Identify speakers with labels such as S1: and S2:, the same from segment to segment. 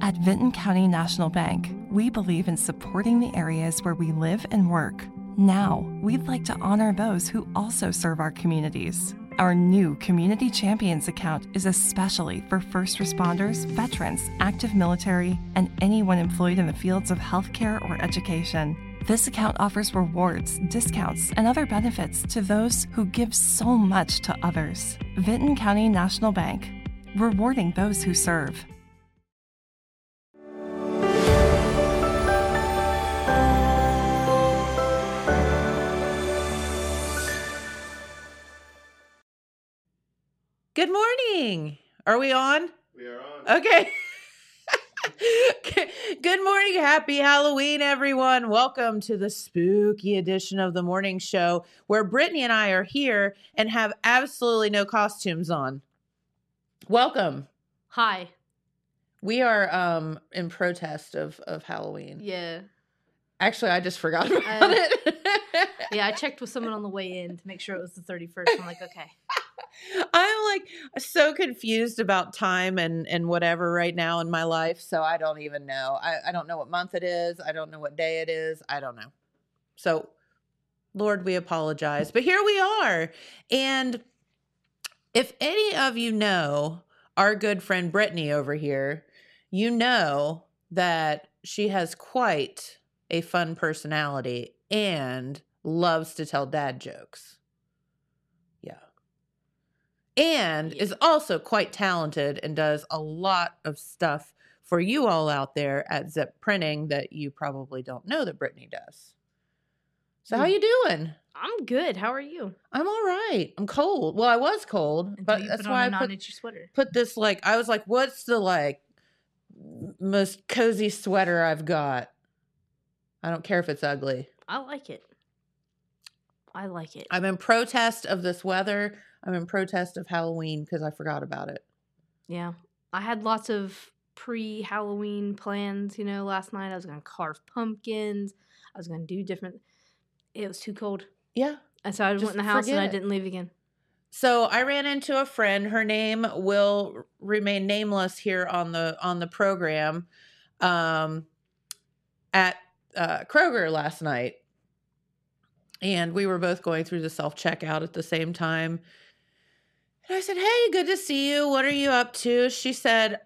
S1: At Vinton County National Bank, we believe in supporting the areas where we live and work. Now, we'd like to honor those who also serve our communities. Our new Community Champions account is especially for first responders, veterans, active military, and anyone employed in the fields of healthcare or education. This account offers rewards, discounts, and other benefits to those who give so much to others. Vinton County National Bank, rewarding those who serve.
S2: Good morning. Are we on?
S3: We are on.
S2: Okay. Good morning. Happy Halloween, everyone. Welcome to the spooky edition of the morning show where Brittany and I are here and have absolutely no costumes on. Welcome.
S4: Hi.
S2: We are um in protest of of Halloween.
S4: Yeah.
S2: Actually, I just forgot about
S4: Uh,
S2: it.
S4: Yeah, I checked with someone on the way in to make sure it was the 31st. I'm like, okay.
S2: I'm like so confused about time and and whatever right now in my life. So I don't even know. I, I don't know what month it is. I don't know what day it is. I don't know. So, Lord, we apologize. But here we are. And if any of you know our good friend Brittany over here, you know that she has quite a fun personality and loves to tell dad jokes. Yeah. And
S4: Yeah.
S2: is also quite talented and does a lot of stuff for you all out there at Zip Printing that you probably don't know that Brittany does. So how
S4: Mm.
S2: you doing?
S4: I'm good. How are you?
S2: I'm all right. I'm cold. Well, I was cold, but that's why I put,
S4: itchy sweater.
S2: put this like I was like, what's the like m- most cozy sweater I've got? I don't care if it's ugly.
S4: I like it. I like it.
S2: I'm in protest of this weather. I'm in protest of Halloween because I forgot about it.
S4: yeah. I had lots of pre Halloween plans, you know, last night. I was going to carve pumpkins, I was going to do different. It was too cold.
S2: Yeah.
S4: And so I
S2: Just
S4: went in the house and I
S2: forget it.
S4: didn't leave again.
S2: So I ran into a friend. Her name will remain nameless here on the on the program. Um, at uh, Kroger last night, and we were both going through the self checkout at the same time. And I said, "Hey, good to see you. What are you up to?" She said,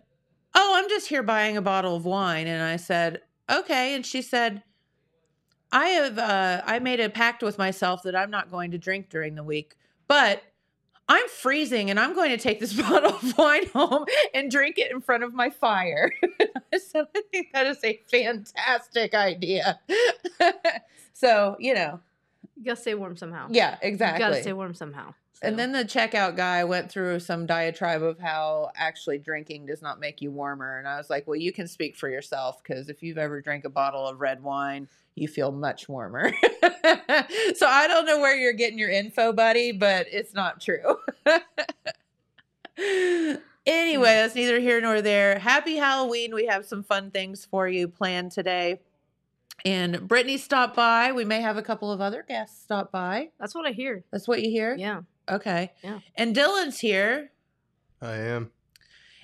S2: "Oh, I'm just here buying a bottle of wine." And I said, "Okay." And she said, "I have uh, I made a pact with myself that I'm not going to drink during the week, but." I'm freezing and I'm going to take this bottle of wine home and drink it in front of my fire. I said, I think that is a fantastic idea. so, you know,
S4: You got to stay warm somehow.
S2: yeah,
S4: You got to
S2: exactly.
S4: stay warm somehow. So-
S2: and then the checkout guy went through some diatribe of how actually drinking does not make you warmer. And I was like, well, you can speak for yourself because if you've ever drank a bottle of red wine, you feel much warmer. so I don't know where you're getting your info, buddy, but it's not true. anyway, that's neither here nor there. Happy Halloween. We have some fun things for you planned today. And Brittany stopped by. We may have a couple of other guests stop by.
S4: that's what I hear.
S2: That's what you hear?
S4: Yeah.
S2: Okay.
S4: Yeah.
S2: And Dylan's here,
S3: I am.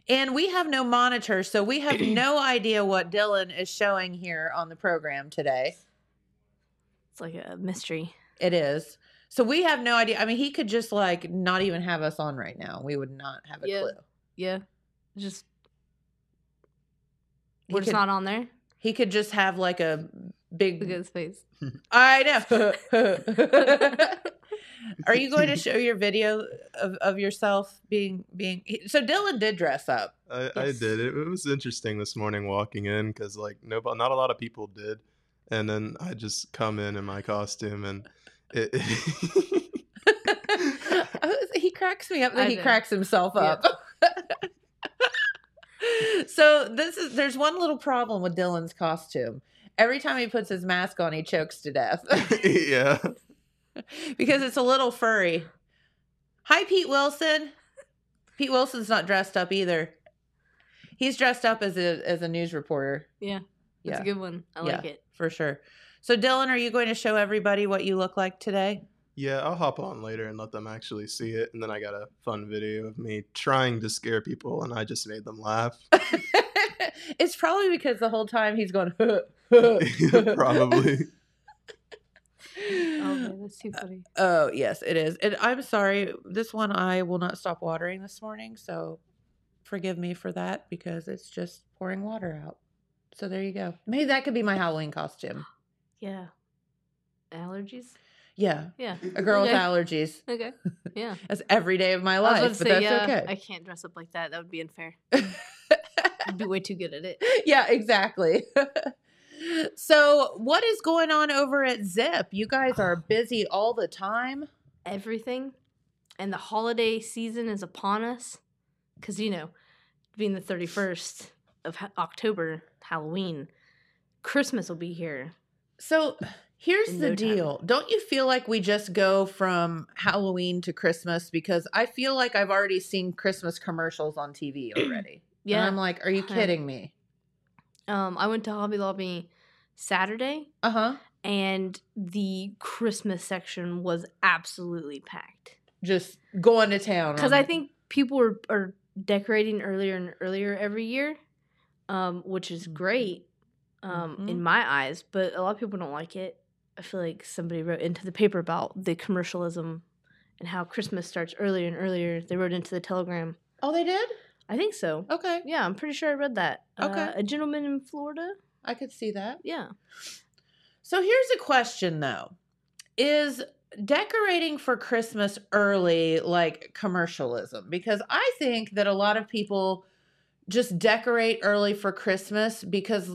S2: and we have no monitor, so we have no idea what Dylan is showing here on the program today.
S4: It's like a mystery.
S2: It is. So we have no idea. I mean, he could just like not even have us on right now. We would not have a
S4: Yeah.
S2: clue.
S4: Yeah. Just,
S2: He
S4: we're just
S2: could,
S4: not on there.
S2: he could just have like a big.
S4: Look at his face.
S2: I know. Are you going to show your video of, of yourself being being? he- So Dylan did dress up.
S3: I, I
S4: Yes.
S3: did. It, it was interesting this morning walking in because like nobody, not a lot of people did, and then I just come in in my costume and it.
S2: I was- Oh, he cracks me up. Then
S4: I
S2: he
S4: know.
S2: cracks himself
S4: Yeah.
S2: up. so this is there's one little problem with Dylan's costume. Every time he puts his mask on, he chokes to death
S3: yeah.
S2: because it's a little furry. Hi, Pete Wilson. Pete Wilson's not dressed up either. He's dressed up as a as a news reporter
S4: Yeah. That's
S2: Yeah.
S4: a good one. I
S2: Yeah.
S4: like it.
S2: for sure. So, Dylan, are you going to show everybody what you look like today?
S3: Yeah, I'll hop on later and let them actually see it. And then I got a fun video of me trying to scare people, and I just made them laugh.
S2: it's probably because the whole time he's going.
S3: Probably.
S4: Oh, man, that's too funny.
S2: Oh yes, it is. And I'm sorry, this one I will not stop watering this morning, so forgive me for that because it's just pouring water out. So there you go. Maybe that could be my Halloween costume.
S4: Yeah. Allergies?
S2: Yeah,
S4: Yeah.
S2: a girl with
S4: Okay.
S2: allergies.
S4: Okay. Yeah.
S2: That's every day of my
S4: I was
S2: life,
S4: about to
S2: but
S4: say,
S2: that's
S4: yeah, I
S2: okay.
S4: can't dress up like that. That would be unfair. I'd be way too good at it.
S2: yeah, exactly. so what is going on over at Zip? You guys are busy all the time.
S4: Everything. And the holiday season is upon us. Because, you know, being the 31st of ha- October, Halloween, Christmas will be here.
S2: So here's
S4: In
S2: the
S4: no time.
S2: deal. Don't you feel like we just go from Halloween to Christmas? Because I feel like I've already seen Christmas commercials on TV already. yeah.
S4: Yeah. Uh-huh.
S2: I'm like, are you
S4: Yeah.
S2: kidding me?
S4: Um, I went to Hobby Lobby Saturday,
S2: Uh huh.
S4: and the Christmas section was absolutely packed.
S2: Just going to town.
S4: because
S2: on
S4: I
S2: it.
S4: think people are, are decorating earlier and earlier every year, um, which is great um, in my eyes. But a lot of people don't like it. I feel like somebody wrote into the paper about the commercialism and how Christmas starts earlier and earlier. They wrote into the Telegram.
S2: Oh, they did?
S4: I think so.
S2: Okay.
S4: Yeah, I'm pretty sure I read that. Uh,
S2: Okay.
S4: a gentleman in Florida.
S2: I could see that.
S4: Yeah.
S2: So here's a question though. Is decorating for Christmas early like commercialism? Because I think that a lot of people just decorate early for Christmas because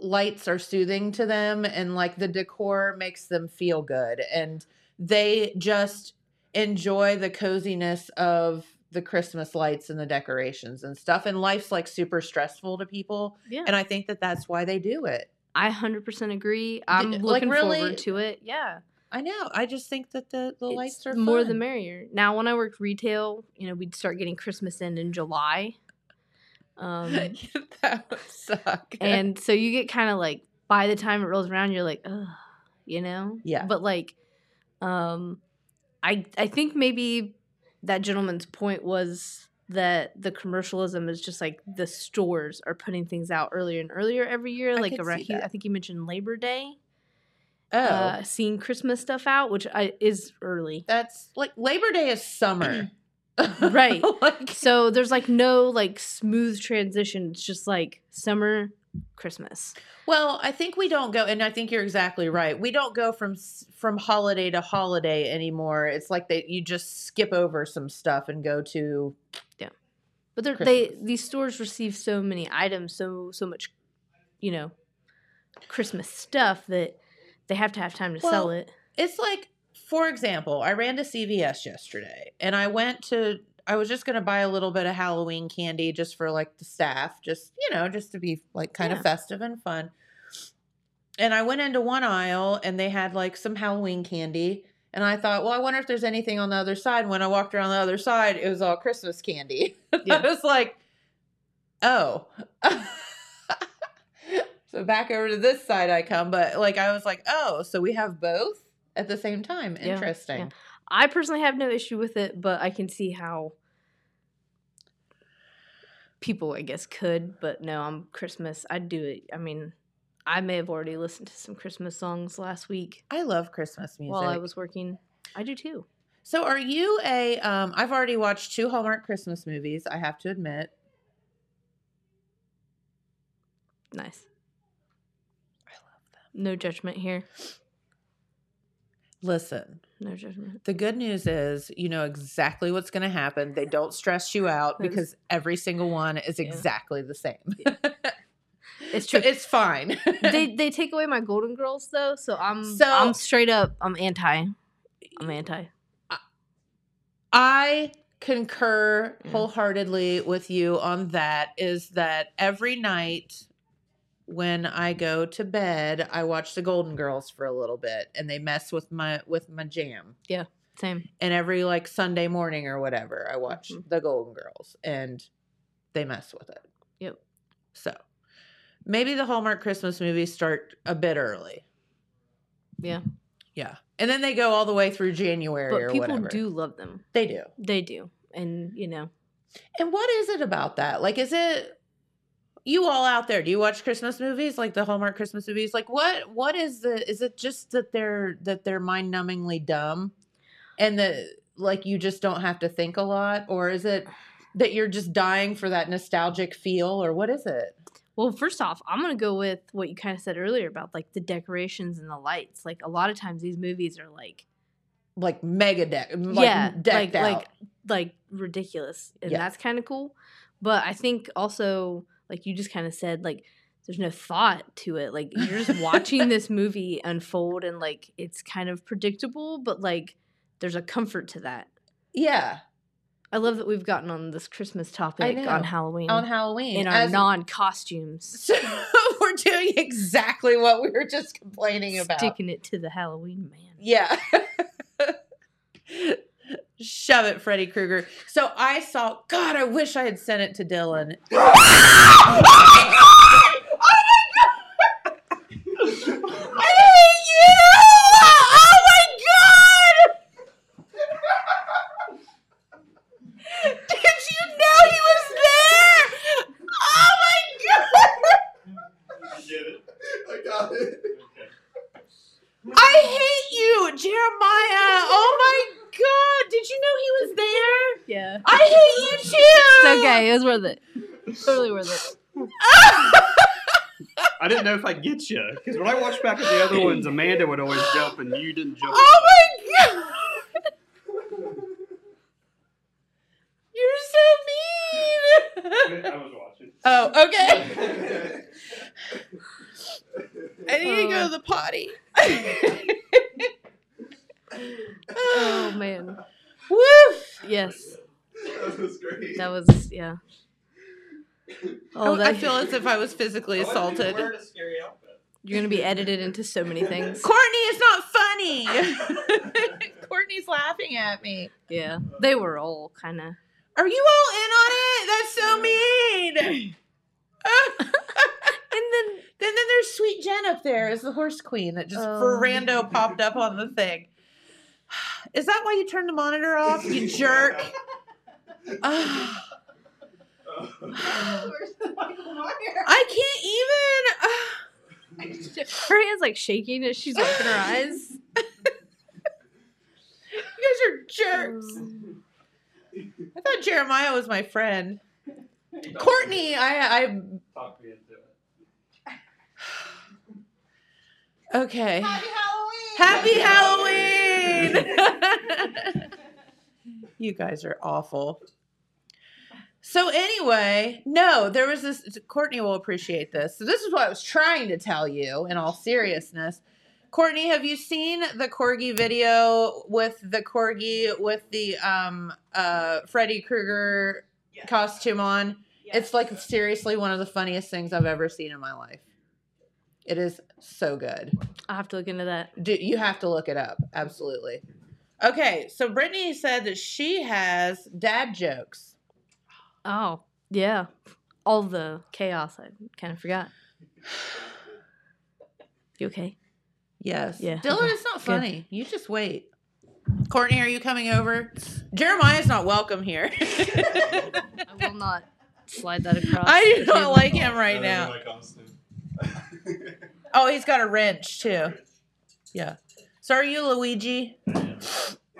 S2: lights are soothing to them and like the decor makes them feel good and they just enjoy the coziness of the Christmas lights and the decorations and stuff and life's like super stressful to people
S4: Yeah.
S2: and I think that that's why they do it.
S4: I 100% agree. I'm
S2: like,
S4: looking
S2: really-
S4: forward to it. Yeah.
S2: I know. I just think that the, the
S4: It's
S2: lights are
S4: the more
S2: fun.
S4: the merrier. Now, when I worked retail, you know, we'd start getting Christmas in in July, um,
S2: that would suck.
S4: and so you get kind of like by the time it rolls around, you're like, ugh, you know,
S2: Yeah.
S4: But like, um, I I think maybe that gentleman's point was that the commercialism is just like the stores are putting things out earlier and earlier every year.
S2: I
S4: like
S2: could
S4: around,
S2: see
S4: he,
S2: that.
S4: I think you mentioned Labor Day,
S2: oh,
S4: uh, seeing Christmas stuff out, which I, is early.
S2: that's like Labor Day is summer,
S4: Right.
S2: like,
S4: So there's like no like smooth transition. It's just like summer, Christmas.
S2: well, I think we don't go, and I think you're exactly right. We don't go from s- from holiday to holiday anymore. It's like that you just skip over some stuff and go to
S4: But they're, they
S2: Christmas.
S4: these stores receive so many items, so so much, you know, Christmas stuff that they have to have time to
S2: Well,
S4: sell it.
S2: it's like for example i ran to cvs yesterday and i went to i was just going to buy a little bit of halloween candy just for like the staff just you know just to be like kind of
S4: Yeah.
S2: festive and fun and i went into one aisle and they had like some halloween candy and i thought well i wonder if there's anything on the other side when i walked around the other side it was all christmas candy
S4: Yeah.
S2: i was like oh so back over to this side i come but like i was like oh so we have both at the same time
S4: Yeah,
S2: interesting
S4: yeah. I personally have no issue with it, but I can see how people, I guess, could. But no, I'm Christmas. I'd do it. I mean, I may have already listened to some Christmas songs last week
S2: i love christmas music
S4: while I was working. I do too.
S2: so are you a um i've already watched two hallmark christmas movies i have to admit
S4: Nice.
S2: I love them.
S4: No judgment here.
S2: listen
S4: No judgment.
S2: the good news is you know exactly what's going to happen they don't stress you out
S4: That's-
S2: because every single one is
S4: Yeah.
S2: exactly the same
S4: It's
S2: so
S4: true.
S2: it's fine
S4: they they take away my Golden Girls though, so I'm
S2: So-
S4: I'm straight up I'm anti. I'm anti.
S2: I concur
S4: Yeah.
S2: wholeheartedly with you on that is that every night when I go to bed, I watch the Golden Girls for a little bit and they mess with my with my jam.
S4: Same.
S2: And every like Sunday morning or whatever, I watch
S4: Mhm.
S2: the Golden Girls and they mess with it.
S4: Yep.
S2: So maybe the Hallmark Christmas movies start a bit early.
S4: Yeah.
S2: Yeah. And then they go all the way through January
S4: But
S2: or
S4: people
S2: whatever.
S4: do love them.
S2: they do.
S4: They do. And you know,
S2: And what is it about that? Like, is it you all out there? Do you watch Christmas movies, like the Hallmark Christmas movies? Like, what what is the? Is it just that they're that they're mind numbingly dumb, and that like you just don't have to think a lot, or is it that you're just dying for that nostalgic feel, or what is it?
S4: Well, first off, I'm gonna go with what you kind of said earlier about like the decorations and the lights. Like a lot of times these movies are like
S2: Like mega deck, like
S4: yeah,
S2: decked
S4: like
S2: out.
S4: like like ridiculous, and
S2: Yeah.
S4: that's kind of cool. But I think also like you just kind of said like there's no thought to it. Like you're just watching this movie unfold and like it's kind of predictable, but like there's a comfort to that.
S2: yeah,
S4: I love that we've gotten on this Christmas topic
S2: know.
S4: on Halloween
S2: on Halloween
S4: in our
S2: as-
S4: non costumes,
S2: So we're doing exactly what we were just complaining about.
S4: sticking it to the Halloween man.
S2: Yeah. Shove it, Freddy Krueger. So I saw, God, I wish I had sent it to Dylan. Oh Oh Oh
S5: Get it?
S3: I got it.
S5: Okay.
S2: I hate you, Jeremiah. Oh my God. Did you know he was there?
S4: Yeah.
S2: I hate you too.
S4: It's okay. It was worth it. Totally worth
S5: I didn't know if I'd get you because when I watched back at the other ones, Amanda would always jump and you didn't jump.
S2: Oh my God. You're so mean.
S5: I was watching.
S2: Oh, okay. I need to go
S4: Oh.
S2: to the potty.
S4: it. Oh man.
S2: Woof.
S4: Yes.
S3: That was great.
S4: That was yeah. Oh,
S2: I
S4: that,
S2: feel as if I was physically assaulted.
S5: Wearing a scary outfit.
S4: you're gonna be edited into so many things.
S2: Courtney, it's not funny. Courtney's laughing at me.
S4: Yeah. They were all kind of.
S2: Are you all in on it? That's so mean. and then, then, then there's Sweet Jen up there as the horse queen that just
S4: Oh.
S2: for rando popped up on the thing. Is that why you turned the monitor off, you jerk? Ah. I can't even.
S4: Her hands like shaking as she's opening her eyes.
S2: You guys are jerks. I thought Jeremiah was my friend. Courtney, I,
S5: Talk me into it.
S2: I, okay. Happy Halloween. you guys are awful. So anyway, no, there was this Courtney will appreciate this. So this is what I was trying to tell you in all seriousness. Courtney, have you seen the corgi video with the corgi with the um uh Freddy Krueger costume on? It's like seriously one of the funniest things I've ever seen in my life. It is so good.
S4: I'll have to look into that.
S2: Do, you have to look it up. Absolutely. Okay, so Brittany said that she has dad jokes.
S4: Oh yeah. All the chaos. I kind of forgot. You okay?
S2: Yes.
S4: Yeah,
S2: Dylan,
S4: okay,
S2: it's not funny. You just wait. Courtney, are you coming over? Jeremiah's not welcome here.
S4: I will not slide that across.
S2: I do
S4: the
S2: not
S4: table.
S2: like him right now. Oh, he's got a wrench too. Yeah. So are you Luigi?
S5: My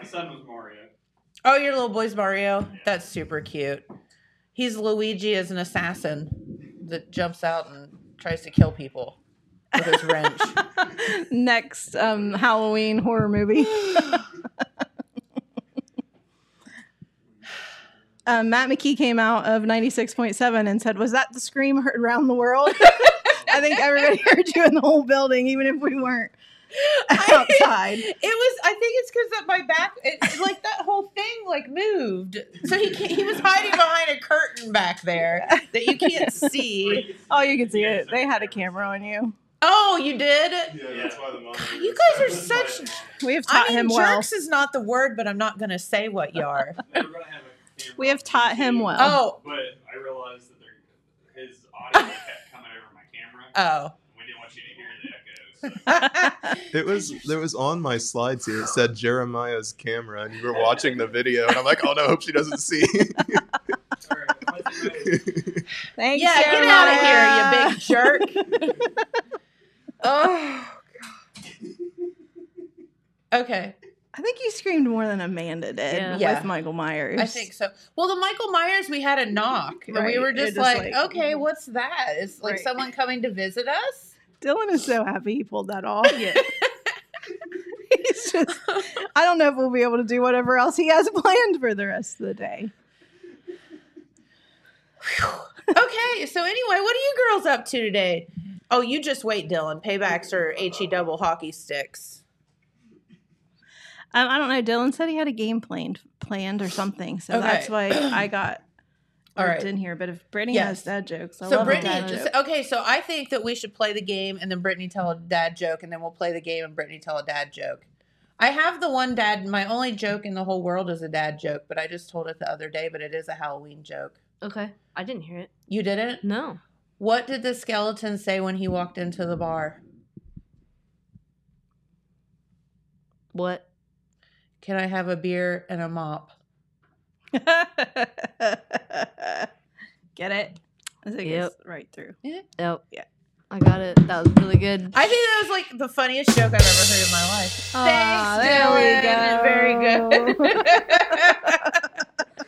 S5: son was Mario.
S2: Oh, your little boy's Mario. That's super cute. He's Luigi as an assassin that jumps out and tries to kill people with his wrench.
S6: Next um, Halloween horror movie. um, Matt McKee came out of 96.7 and said, Was that the scream heard around the world? I think everybody heard you in the whole building, even if we weren't. Outside.
S2: it was. I think it's because that my back, it, like that whole thing, like moved. So he can't, he was hiding behind a curtain back there that you can't see.
S6: Oh, you can see it. They had a camera on you.
S2: Oh, you did.
S3: Yeah, that's why the mom.
S2: God, you guys are such.
S6: We have taught
S2: I mean,
S6: him
S2: jerks
S6: well.
S2: is not the word, but I'm not going to say what you are.
S6: We have taught him well.
S2: Oh,
S7: But I realized that there, his audio kept coming over my camera.
S2: oh.
S7: and we didn't want you to hear the echoes.
S3: It was it was on my slides here. It said Jeremiah's camera, and you were watching the video, and I'm like, oh no, I hope she doesn't see.
S7: All right, what's the matter?
S6: Thanks,
S2: yeah, get out
S6: Jeremiah.
S2: of here, you big jerk. oh, God. Okay,
S6: I think you screamed more than Amanda did
S4: Yeah.
S6: with
S2: Yeah.
S6: Michael Myers.
S2: I think so. Well, the Michael Myers, we had a knock, and we
S6: Right,
S2: were
S6: it
S2: just
S6: just
S2: like,
S6: like- mm-hmm.
S2: okay, what's that? Is like
S6: Right.
S2: someone coming to visit us?
S6: Dylan is so happy he pulled that off.
S4: Yeah.
S6: He's just, I don't know if we'll be able to do whatever else he has planned for the rest of the day.
S2: okay, so anyway, what are you girls up to today? Oh, you just wait, Dylan. Paybacks are he double hockey sticks.
S6: Um, I don't know. Dylan said he had a game planned, planned or something, so
S2: Okay.
S6: that's why I got
S2: All right.
S6: in here. But if Brittany
S2: Yes.
S6: has dad jokes, I
S2: so
S6: love a
S2: Brittany,
S6: dad
S2: just,
S6: joke.
S2: okay. So I think that we should play the game, and then Brittany tell a dad joke, and then we'll play the game, and Brittany tell a dad joke. I have the one dad. My only joke in the whole world is a dad joke, but I just told it the other day. But it is a Halloween joke.
S4: Okay. I didn't hear it.
S2: You didn't.
S4: No.
S2: What did the skeleton say when he walked into the bar?
S4: What?
S2: Can I have a beer and a mop?
S6: Get it? I think
S4: Yep.
S6: it's right through.
S4: Oh.
S6: Yeah.
S4: I got it. That was really good.
S2: I think that was like the funniest joke I've ever heard in my life.
S6: Aw,
S2: Thanks, Dylan. Very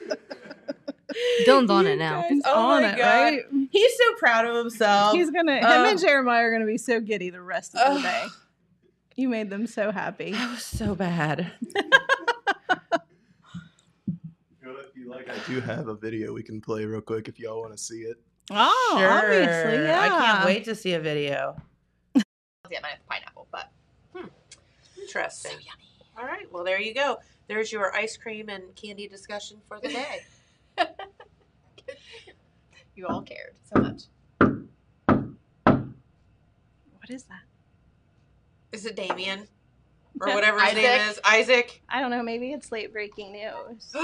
S2: good.
S4: Dylan's on
S6: You
S4: it now.
S6: guys
S2: He's
S6: oh
S2: on it, right? He's so proud of himself.
S6: He's gonna. him
S2: uh,
S6: and Jeremiah are gonna be so giddy the rest of the
S2: Ugh.
S6: day. You made them so happy.
S2: That was so bad.
S3: if you like, I do have a video we can play real quick if y'all want to see it.
S6: Oh, obviously, yeah.
S2: I can't wait to see a video. yeah, mine have pineapple, but hmm. interesting. All right, well there you go. There's your ice cream and candy discussion for the day.
S8: You all cared so much.
S6: What is that?
S8: Is it Damien? Or whatever his
S6: Isaac.
S8: name is. Isaac.
S6: I don't know. Maybe it's late breaking news.
S8: oh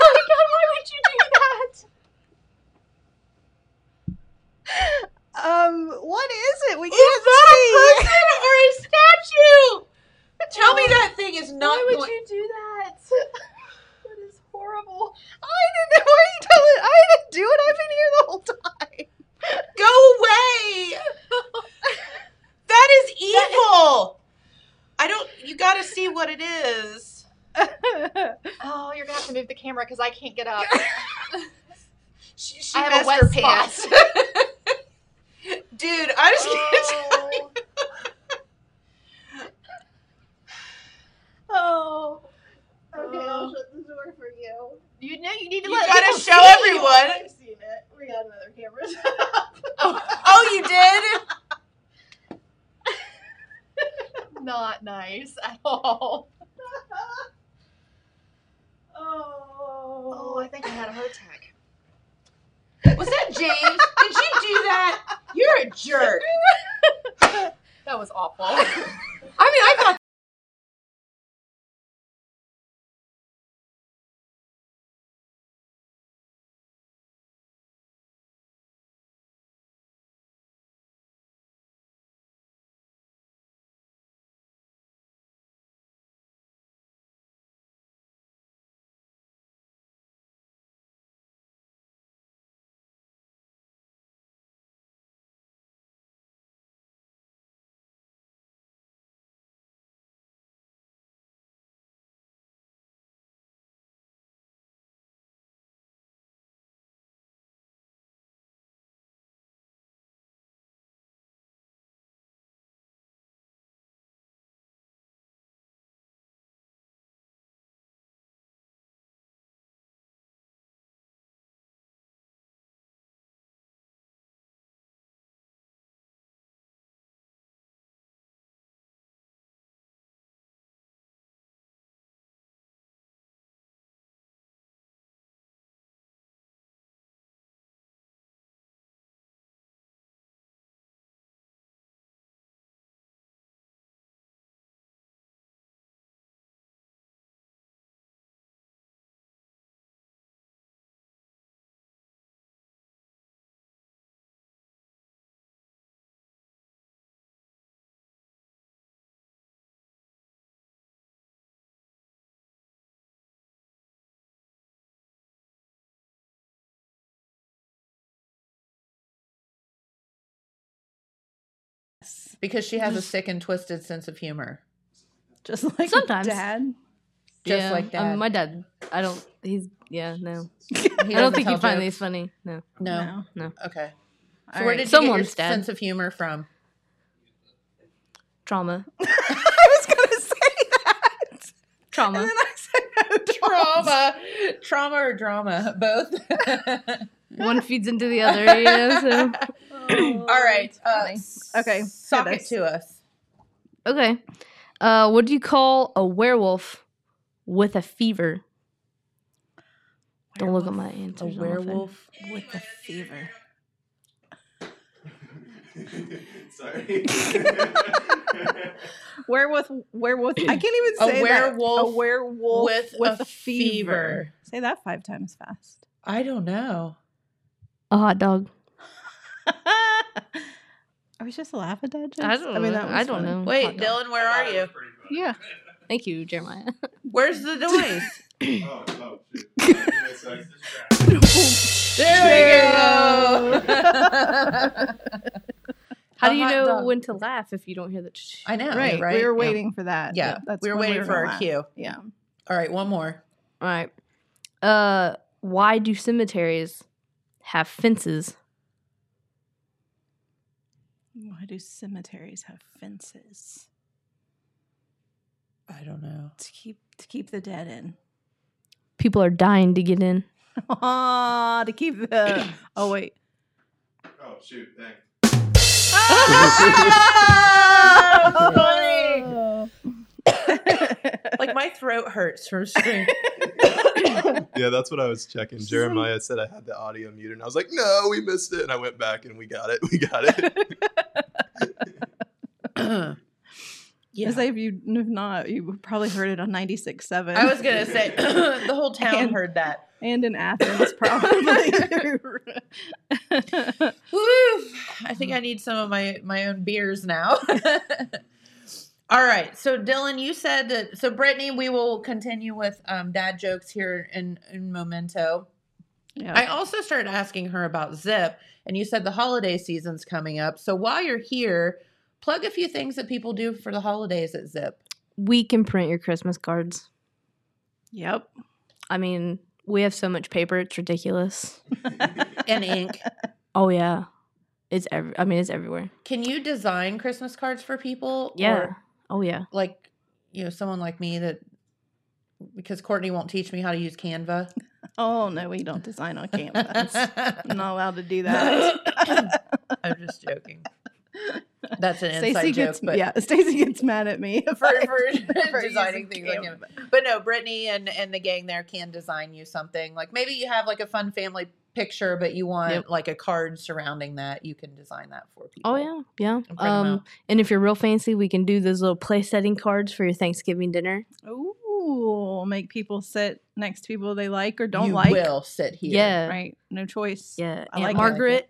S8: my god, why would you do that?
S6: Um, what is it? We
S8: Is that a person or a statue? Tell me that thing is not
S6: Why would
S8: going-
S6: you do that?
S8: That is horrible.
S6: I didn't. Why are you telling? I didn't do it. I've been here the whole time.
S8: Go away! that is evil! I don't you gotta see what it is.
S9: Oh, you're gonna have to move the camera because I can't get up.
S8: She, she
S9: I have a
S8: messed
S9: wet
S8: her
S9: spot.
S8: pants. Dude, I just can't tell you.
S9: oh. oh.
S8: Okay, I'll
S9: shut the door for you. You know you need to
S8: Oh, You
S9: let
S8: gotta
S9: people
S8: show
S9: see
S8: everyone.
S9: You. I've seen it. We got another camera.
S8: Oh, you did?
S9: Not nice at all.
S8: Oh.
S9: Oh, I think I had a heart attack.
S8: Was that James? Did you do that? You're a jerk.
S9: That was awful.
S8: I mean, I thought.
S2: Because she has a sick and twisted sense of humor.
S6: Just like
S4: Sometimes.
S6: dad.
S2: Just like
S4: um,
S2: Dad.
S4: my dad. I don't. He's yeah. No. I
S2: doesn't
S4: don't think
S2: tell
S4: he'd find
S2: jokes.
S4: these funny. No.
S2: No.
S4: No.
S2: Okay. So
S4: All
S2: where
S4: right.
S2: did you
S4: Someone's
S2: get your
S4: dad.
S2: sense of humor from?
S4: Trauma.
S6: I was gonna say that.
S4: Trauma.
S6: And then I said no
S2: Trauma, trauma or drama, both.
S4: One feeds into the other. Yeah. So.
S2: All right. Uh,
S6: Okay.
S2: sock it to us.
S4: Okay. Uh, what do you call a werewolf with a fever? Don't look at my answer.
S6: with the fever.
S3: Sorry.
S6: Werewolf, werewolf. I can't even
S2: A
S6: say that.
S2: werewolf
S6: A werewolf
S2: with a fever.
S6: Say that five times fast.
S2: I don't know.
S4: A hot dog.
S6: I was just a laugh at dad jokes.
S4: I don't. know.
S6: that was
S4: I don't
S6: funny.
S4: know.
S2: Wait,
S4: Hot dog.
S2: Dylan, where are you?
S4: Yeah. Thank you, Jeremiah.
S2: Where's the noise?
S3: oh, oh, shoot.
S2: there we go.
S4: How
S2: A
S4: do you
S2: hot
S4: know
S2: dog.
S4: when to laugh if you don't hear the? ch-
S2: I know.
S6: Right,
S2: Right.
S6: We were
S2: Yeah.
S6: waiting for that.
S2: Yeah,
S6: that's
S2: we were
S6: when
S2: waiting for
S6: gonna
S2: our
S6: laugh.
S2: cue.
S6: Yeah.
S2: All right, one more.
S4: All right. Uh, why do cemeteries have fences?
S6: Why do cemeteries have fences?
S2: I don't know.
S6: To keep to keep the dead in.
S4: People are dying to get in.
S6: Ah, to keep the. Oh wait.
S3: Oh, shoot. Thanks.
S2: Oh, Like my throat hurts from screaming.
S3: Yeah, that's what I was checking.
S6: She's
S3: Jeremiah said I had the audio muted, and I was like, "No, we missed it." And I went back, and we got it. We got it.
S2: yeah.
S6: As if you if not, you probably heard it on 96.7.
S2: I was gonna say the whole town
S6: And-
S2: heard that.
S6: and in Athens probably.
S2: Woof. I think I need some of my my own beers now. All right. So Dylan, you said that. So Brittany, we will continue with um, dad jokes here in in memento. I
S6: yeah.
S2: also started asking her about Zip, and you said the holiday season's coming up. So while you're here, plug a few things that people do for the holidays at Zip.
S4: We can print your Christmas cards.
S6: Yep.
S4: I mean, we have so much paper; it's ridiculous.
S2: And ink.
S4: Oh yeah, it's every. I mean, it's everywhere.
S2: Can you design Christmas cards for people?
S4: Yeah.
S2: Or
S4: oh yeah.
S2: like, you know, someone like me that because Courtney won't teach me how to use Canva.
S6: Oh no, we don't design on campus. I'm
S2: I'm
S6: not allowed to do that.
S2: just joking. That's an inside
S6: Stacy
S2: joke,
S6: gets
S2: but
S6: yeah. Stacy gets mad at me
S2: for,
S6: I-
S2: for,
S6: for
S2: designing
S6: using
S2: things like
S6: Canva.
S2: him. But no, Brittany and and the gang there can design you something. Like maybe you have like a fun family picture, but you want
S4: Yep.
S2: like a card surrounding that. You can design that for people.
S4: Oh yeah. Yeah.
S2: print 'em
S4: Um,
S2: out.
S4: and if you're real fancy, we can do those little play setting cards for your Thanksgiving dinner.
S6: Ooh, make people sit next to people they like or don't
S2: you
S6: like.
S2: will sit here.
S4: Yeah.
S6: Right. No choice.
S4: Yeah. Aunt
S6: I like it. I like
S4: Margaret,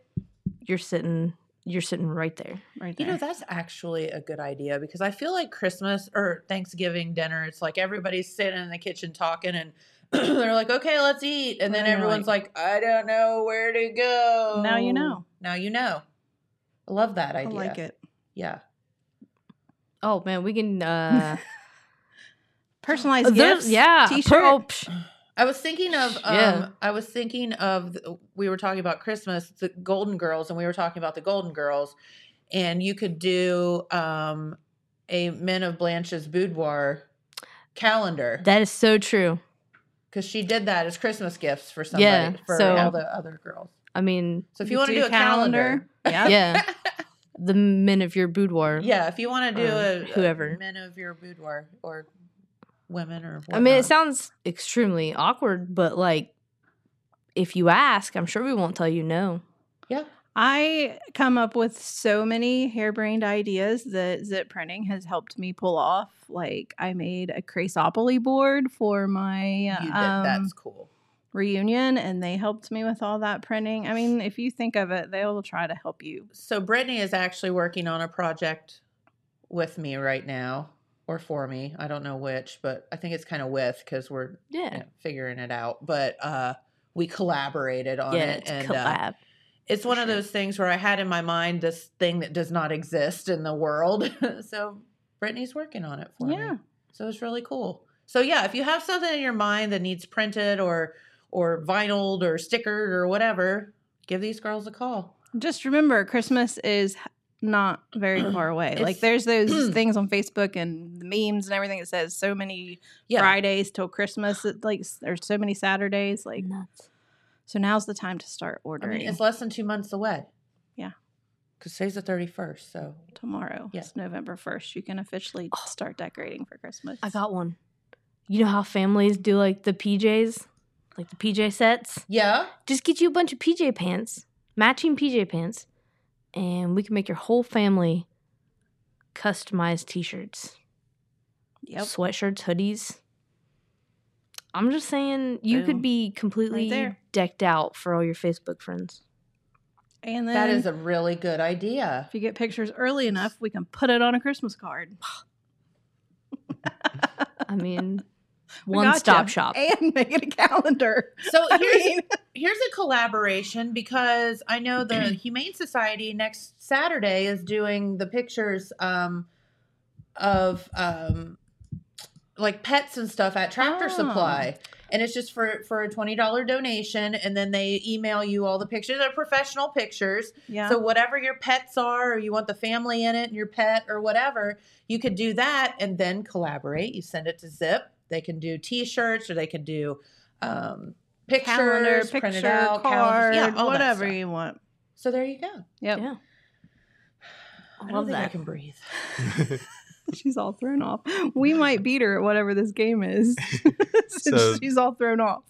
S4: you're sitting. You're sitting right there.
S6: Right
S2: You
S6: there.
S2: know, that's actually a good idea because I feel like Christmas or Thanksgiving dinner, it's like everybody's sitting in the kitchen talking and they're like, okay, let's eat. And then
S6: And you're
S2: everyone's like, I don't know where to go.
S6: now you know.
S2: Now you know. I love that
S6: I
S2: idea.
S6: like it.
S2: Yeah.
S4: Oh man, we can. uh
S6: Personalized
S4: there's-
S6: gifts.
S4: Oh, Yeah. per-
S6: T-shirt.
S4: oh, psh,
S2: I was thinking of um
S4: Yeah.
S2: I was thinking of th- we were talking about Christmas, the Golden Girls, and we were talking about the Golden Girls, and you could do um a Men of Blanche's boudoir calendar
S4: that is so true.
S2: because she did that as Christmas gifts for somebody
S4: Yeah,
S2: for
S4: so-
S2: all the other girls.
S4: I mean,
S2: So if
S6: You
S2: you, want to
S6: could
S2: do,
S6: do
S2: a
S6: a
S2: calendar, yeah,
S4: yeah. the men of your boudoir.
S2: yeah, if you want to do
S4: Or
S2: a a
S4: whoever.
S2: Men of your boudoir or women or
S4: I mean, it
S2: whatnot.
S4: sounds extremely awkward, but like, if you ask, I'm sure we won't tell you no.
S2: yeah.
S6: I come up with so many harebrained ideas that zip printing has helped me pull off. Like I made a Crasopoly board for my
S2: you did.
S6: um,
S2: That's cool.
S6: reunion, and they helped me with all that printing. I mean, if you think of it, they will try to help you.
S2: so Brittany is actually working on a project with me right now or for me. I don't know which, but I think it's kind of with because we're you
S4: Yeah.
S2: know, figuring it out. But uh, we collaborated on
S4: yeah.
S2: it,
S4: It's
S2: and uh,
S4: collab.
S2: it's one of those things where I had in my mind this thing that does not exist in the world. so Brittany's working on it for me.
S6: Yeah.
S2: So it's really cool. So yeah, if you have something in your mind that needs printed or or vinyled or stickered or whatever, give these girls a call.
S6: Just remember, Christmas is h- not very far away. Like
S2: It's-
S6: there's those things on Facebook and the memes and everything that says so many
S2: Yeah.
S6: Fridays till Christmas. It, like s- there's so many Saturdays. Like so, now's the time to start
S2: I mean,
S6: ordering
S2: it's less than two months away.
S6: Yeah.
S2: Because today's the thirty first, so
S6: tomorrow.
S2: Yeah.
S6: It's November first. You can officially start decorating for Christmas.
S4: I got one. You know how families do like the PJs, like the PJ sets?
S2: Yeah.
S4: Just get you a bunch of PJ pants, matching PJ pants, and we can make your whole family customized t shirts,
S6: Yep.
S4: sweatshirts, hoodies. I'm just saying, you
S6: Boom.
S4: could be completely
S6: there.
S4: decked out for all your Facebook friends.
S6: And then
S2: that is a really good idea.
S6: if you get pictures early enough, we can put it on a Christmas card.
S4: I mean,
S6: We
S4: one
S6: gotcha.
S4: stop shop.
S6: and make it a calendar.
S2: So
S6: I
S2: here's
S6: mean-
S2: here's a collaboration because I know the Humane Society next Saturday is doing the pictures um, of um, like pets and stuff at Tractor
S6: Oh.
S2: Supply, and it's just for for a twenty dollar donation, and then they email you all the pictures. They're professional pictures,
S6: Yeah.
S2: so whatever your pets are, or you want the family in it and your pet or whatever, you could do that and then collaborate. You send it to Zip. They can do T-shirts or they can do um, pictures,
S6: calendar,
S2: print
S6: picture,
S2: it out,
S6: card,
S2: calendars, yeah, all that
S6: whatever
S2: stuff.
S6: you want.
S2: So there you go.
S6: Yep.
S4: Yeah.
S2: I
S4: I
S2: don't
S4: love
S2: think I
S4: that.
S2: can breathe.
S6: She's all thrown off. We might beat her at whatever this game is. Since
S3: So-
S6: she's all thrown off.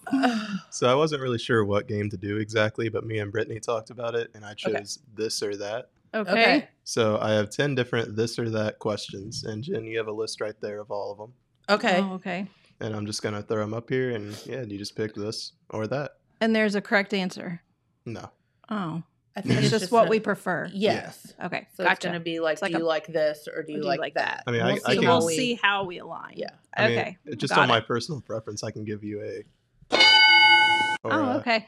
S3: So I wasn't really sure what game to do exactly, but me and Brittany talked about it, and I chose
S2: Okay.
S3: this or that.
S6: Okay.
S2: Okay.
S3: So I have ten different this or that questions, and Jen, you have a list right there of all of them,
S2: Okay.
S6: Oh, okay.
S3: and I'm just gonna throw them up here, and yeah, you just pick this or that.
S6: And there's a correct answer.
S3: No,
S6: Oh.
S2: I think
S6: It's, just, what we prefer.
S2: Yes.
S6: Okay.
S2: So it's
S6: gotcha.
S2: going to be like,
S6: It's like
S2: do you
S6: a-
S2: like this or do you, like, that?
S3: I mean,
S2: We'll
S3: I-
S2: see
S3: I
S6: so
S3: can-
S2: how
S6: we'll
S2: we-
S6: see how we align.
S2: Yeah.
S3: I mean,
S6: okay.
S3: it- just
S6: Got
S3: on my
S6: it.
S3: personal preference, I can give you a. or,
S6: Oh,
S3: uh,
S6: okay.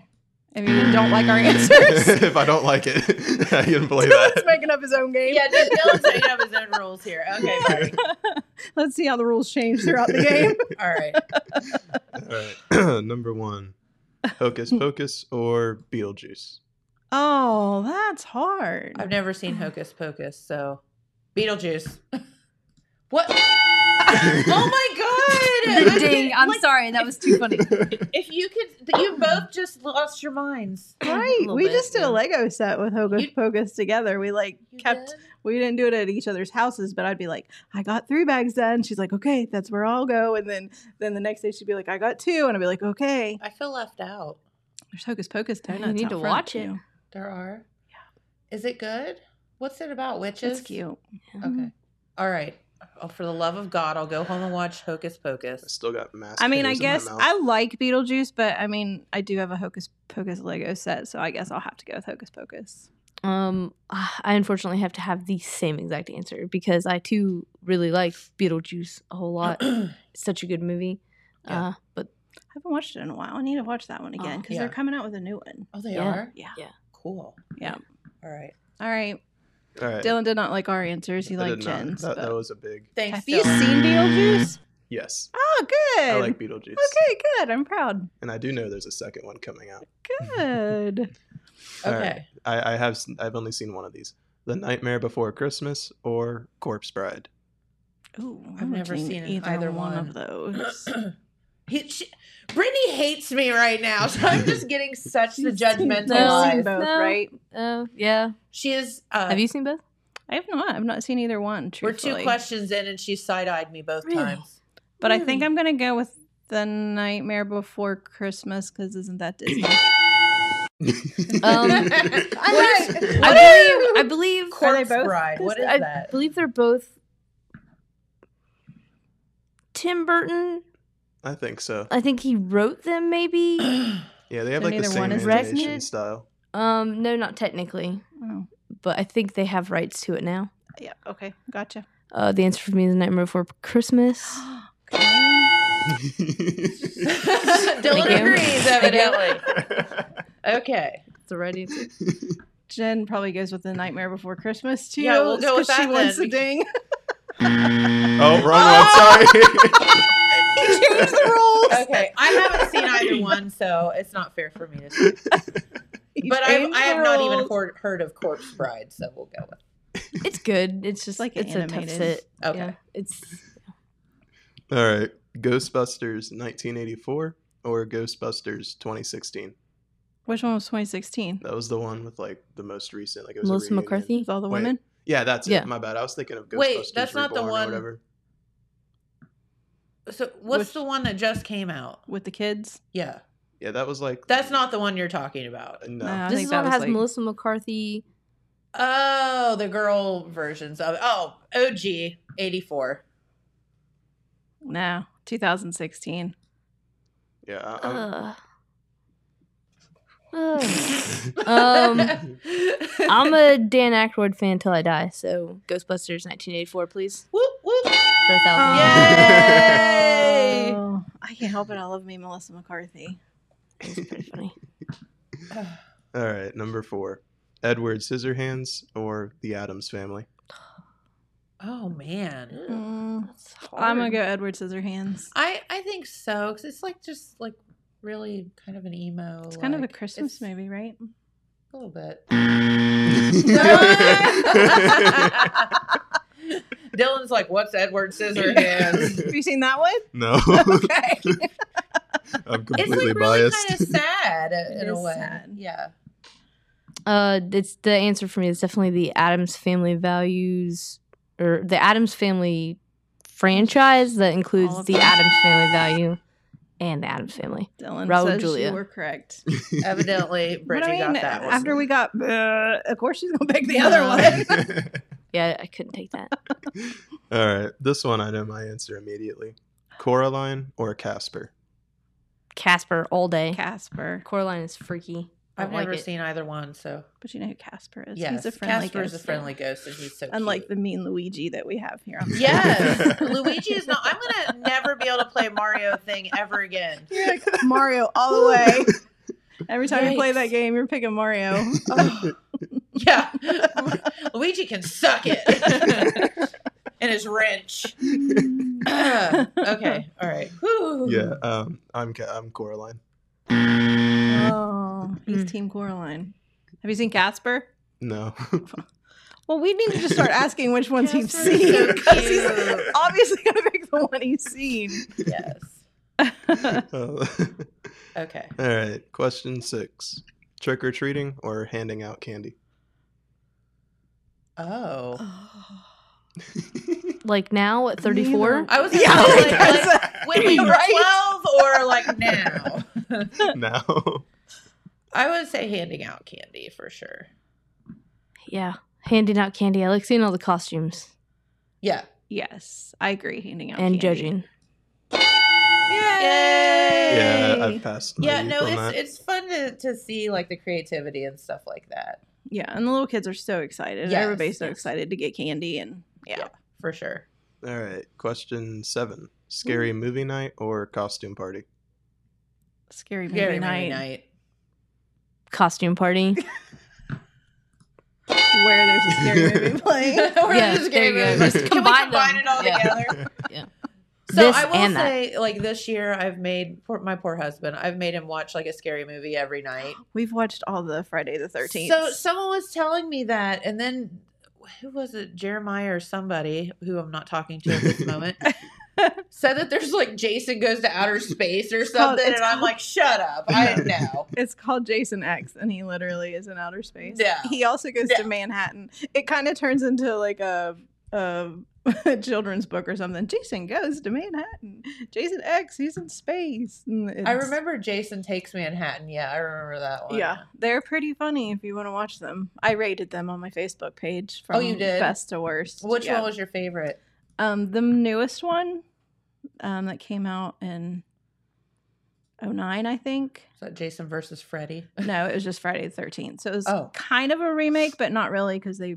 S6: If you don't like our answers,
S3: if I don't like it, I can play
S6: Dylan's
S3: that.
S6: making up his own game.
S2: Yeah, Dylan's making up his own rules here. Okay, sorry.
S6: Let's see how the rules change throughout the game.
S2: all right.
S3: All right. Number one, Hocus Pocus or Beetlejuice.
S6: Oh, that's hard.
S2: I've never seen Hocus Pocus, so Beetlejuice. what? oh my god! I
S10: The ding.
S2: can't-
S10: I'm
S2: like,
S10: sorry. That was too funny.
S2: If you could, th- you both just lost your minds.
S6: Right.
S4: little
S6: We
S4: bit,
S6: just did
S4: yeah.
S6: a Lego set with Hocus
S2: You-
S6: Pocus together. We like
S2: You
S6: kept,
S2: did?
S6: we didn't do it at each other's houses, but I'd be like, I got three bags done. She's like, okay, that's where I'll go. And then, then the next day she'd be like, I got two. And I'd be like, okay.
S2: I feel left out.
S6: There's Hocus Pocus
S4: Yeah, you
S6: donuts.
S4: need
S6: out
S4: to
S6: front,
S4: watch it.
S6: too.
S2: There are. Is it good? What's it about? Witches.
S6: It's cute.
S2: Okay. All right. Oh, for the love of God, I'll go home and watch Hocus
S3: I
S2: Pocus.
S3: still got mask.
S6: I mean, I
S3: hairs in my
S6: guess
S3: mouth.
S6: I like Beetlejuice, but I mean, I do have a Hocus Pocus Lego set, so I guess I'll have to go with Hocus Pocus.
S4: Um, I unfortunately have to have the same exact answer because I too really like Beetlejuice a whole lot.
S2: Oh,
S4: it's such a good movie.
S2: Yeah.
S4: Uh, but
S6: I haven't watched it in a while. I need to watch that one again
S4: Oh,
S6: because
S2: yeah.
S6: they're coming out with a new one.
S2: Oh, they
S4: Yeah.
S2: are.
S6: Yeah.
S2: Cool.
S6: Yeah.
S2: All right.
S6: All right.
S3: All right.
S6: Dylan did not like our answers. He
S3: I
S6: liked
S3: did not.
S6: Jen's.
S3: That,
S6: but-
S3: that was a big
S2: Thanks.
S6: Have you
S2: Dylan.
S6: seen Beetlejuice?
S3: yes.
S6: Oh, good.
S3: I like Beetlejuice,
S6: Okay, good. I'm proud.
S3: and I do know there's a second one coming out.
S6: Good.
S3: All
S2: Okay.
S3: right. I, I have. s- I've only seen one of these: The Nightmare Before Christmas or Corpse Bride.
S6: Ooh, I
S2: I've
S6: haven't
S2: never seen either one.
S6: of those.
S2: He, she, Brittany hates me right now, so I'm just getting such the
S6: She's
S2: judgmental
S4: No.
S2: eyes.
S6: both,
S4: No.
S6: right?
S4: uh, yeah.
S2: She is. Uh,
S4: have you seen both?
S6: I have not. I've not seen either one.
S2: we're two
S6: Truthfully.
S2: questions in, and she side eyed me both
S4: Really?
S2: times.
S6: but I think
S4: Really?
S6: I'm gonna go with the Nightmare Before Christmas because isn't that Disney?
S4: Um,
S2: I like-
S4: I believe. I believe.
S2: Corpse Bride. What is
S4: I
S2: that?
S4: believe they're both Tim Burton.
S3: I think so.
S4: I think he wrote them. Maybe.
S3: Yeah, they have
S6: So
S3: like the
S6: neither
S3: same
S6: one is
S3: animation
S4: resonant?
S3: style.
S4: Um, no, not technically,
S6: oh,
S4: but I think they have rights to it now.
S6: yeah. Okay, gotcha.
S4: Uh, the answer for me is Nightmare Before Christmas.
S2: Dylan
S4: Thank you.
S2: agrees,
S4: Thank you.
S2: evidently. okay.
S4: the right answer.
S6: Jen probably goes with the Nightmare Before Christmas too.
S2: Yeah, we'll go with
S6: 'cause She
S2: that
S6: wants
S2: then.
S6: a ding.
S3: Oh, wrong one. Sorry.
S6: Change the rules.
S2: Okay, I haven't seen either one, so it's not fair for me to say. But I, I have not even heard, heard of Corpse Bride, so we'll go with.
S4: It's good. It's just like
S6: an
S4: it's a tough
S6: animated-
S4: fit.
S2: Okay.
S4: Yeah, it's
S3: All right. Ghostbusters 1984 or Ghostbusters 2016.
S6: Which one was 2016?
S3: That was the one with like the most recent. Like it was a
S4: Melissa
S3: reunion.
S4: McCarthy.
S6: With all the
S3: Wait.
S6: women?
S3: Yeah, that's
S4: Yeah.
S3: it. My bad. I was thinking of Ghostbusters
S2: Wait, that's not the
S3: Reborn
S2: one-
S3: or whatever.
S2: So what's
S6: Which-
S2: the one that just came out?
S6: With the kids?
S2: Yeah,
S3: Yeah, that was like
S2: that's not the one you're talking about.
S3: No.
S6: No. I
S4: this
S6: think
S4: is
S6: that
S4: one that
S6: was,
S4: has
S6: like-
S4: Melissa McCarthy.
S2: Oh, the girl versions of oh OG eighty four.
S6: No, 2016.
S3: Yeah. I, I'm-
S4: Uh, um, I'm a Dan Aykroyd fan till I die. So Ghostbusters 1984, please
S2: whoop whoop.
S4: for a thousand.
S2: Yay!
S6: Oh, I can't help it. I love me Melissa McCarthy.
S4: It's pretty funny.
S3: All right, number 4. Edward Scissorhands or The Adams Family.
S2: Oh man,
S6: Mm,
S4: That's
S6: I'm gonna
S4: hard.
S6: go Edward Scissorhands.
S2: I I think so because it's like just like really kind of an emo.
S6: It's kind of a
S2: like,
S6: Christmas
S2: it's
S6: movie, right?
S2: A little bit. Dylan's like, what's Edward Scissorhands?
S6: Have you seen that one?
S3: no.
S6: Okay.
S3: I'm
S2: It's
S3: completely
S2: like really
S3: biased.
S2: kind of sad in a
S6: is
S2: way.
S6: sad.
S2: Yeah.
S4: Uh, it's the answer for me is definitely the Adams Family values or the Adams Family franchise that
S6: All of
S4: includes the
S6: them.
S4: Adams Family value and the Adams Family.
S6: Dylan
S4: Raul
S6: says
S4: Julia.
S6: you were correct.
S2: Evidently,
S6: But
S2: Bridget got that one.
S6: after we got, uh, of course she's gonna pick the other one.
S4: Yeah, I couldn't take that.
S3: All right, this one I know my answer immediately. Coraline or Casper?
S4: Casper all day.
S6: Casper,
S4: Coraline is freaky. I
S2: I've
S4: don't like
S2: never
S4: it.
S2: seen either one, so
S6: but you know who Casper is.
S2: yes,
S6: he's a friendly
S2: Casper's
S6: ghost.
S2: a friendly ghost, and he's so
S6: Unlike
S2: cute.
S6: the mean Luigi that we have here on the
S2: Yes, Luigi is not. I'm gonna never be able to play Mario thing ever again.
S6: You're like Mario all the way. Every time you play
S2: Yikes.
S6: that game, you're picking Mario.
S2: Oh, yeah, Luigi can suck it and his wrench. okay, all right. Whew.
S3: Yeah, um, I'm Ca- I'm Coraline.
S6: Oh, he's
S4: Mm.
S6: Team Coraline. Have you seen Casper?
S3: No.
S6: Well, we need to just start asking which ones you've
S2: Casper is
S6: seen
S2: so
S6: because he's
S2: cute.
S6: obviously going to pick the one he's seen.
S2: Yes.
S3: Uh,
S2: Okay.
S3: all right, question six: Trick or treating or handing out candy?
S2: Oh,
S4: Like now at 34,
S2: I was
S6: Yeah,
S2: yeah, like,
S6: that's-
S2: like, when we were
S6: Right?
S2: twelve or like now.
S3: no.
S2: I would say handing out candy for sure.
S4: yeah, handing out candy. I like seeing all the costumes
S2: Yeah.
S6: Yes, I agree. Handing out
S4: and
S6: candy.
S4: judging.
S6: Yay!
S3: Yeah, I- I've passed. My
S2: Yeah,
S3: youth
S2: no,
S3: on
S2: it's
S3: that.
S2: it's fun to, to see like the creativity and stuff like that
S6: Yeah, and the little kids are so excited.
S2: Yes,
S6: Everybody's so
S2: yes.
S6: excited to get candy, and yeah,
S2: Yeah. for sure.
S3: All right, question seven: Scary
S2: Mm-hmm.
S3: movie night or costume party?
S6: scary movie
S2: Scary movie
S6: night,
S2: night.
S4: Costume party.
S6: where there's a scary movie playing.
S2: We're
S4: Yeah,
S2: just getting
S4: there
S2: rid
S4: you go.
S2: of-
S4: Just
S2: Can we
S4: combine
S2: combine
S4: them.
S2: it all
S4: Yeah.
S2: together?
S4: Yeah.
S2: So
S4: This
S2: I will
S4: and that.
S2: say, like this year, I've made poor, my poor husband. I've made him watch like a scary movie every night.
S6: We've watched all the Friday the Thirteenth.
S2: So someone was telling me that, and then who was it? Jeremiah or somebody who I'm not talking to at this moment said that there's like Jason goes to outer space or
S6: called-
S2: something,
S6: Oh, it's
S2: and I'm
S6: called-
S2: like, shut up, I didn't know.
S6: It's called Jason X, and he literally is in outer space.
S2: Yeah.
S6: He also goes to
S2: Yeah.
S6: Manhattan. It kind of turns into like a, a children's book or something. Jason goes to Manhattan. Jason X, he's in space. And
S2: I
S6: it's-
S2: remember Jason Takes Manhattan. Yeah, I remember that one.
S6: Yeah, they're pretty funny if you want to watch them. I rated them on my Facebook page from
S2: Oh, you did?
S6: best to worst.
S2: Which
S6: Yeah.
S2: one was your favorite?
S6: um the newest one um that came out in 09, I think.
S2: Is that Jason versus Freddy?
S6: No, it was just Friday the 13th. So it was
S2: Oh.
S6: kind of a remake, but not really because they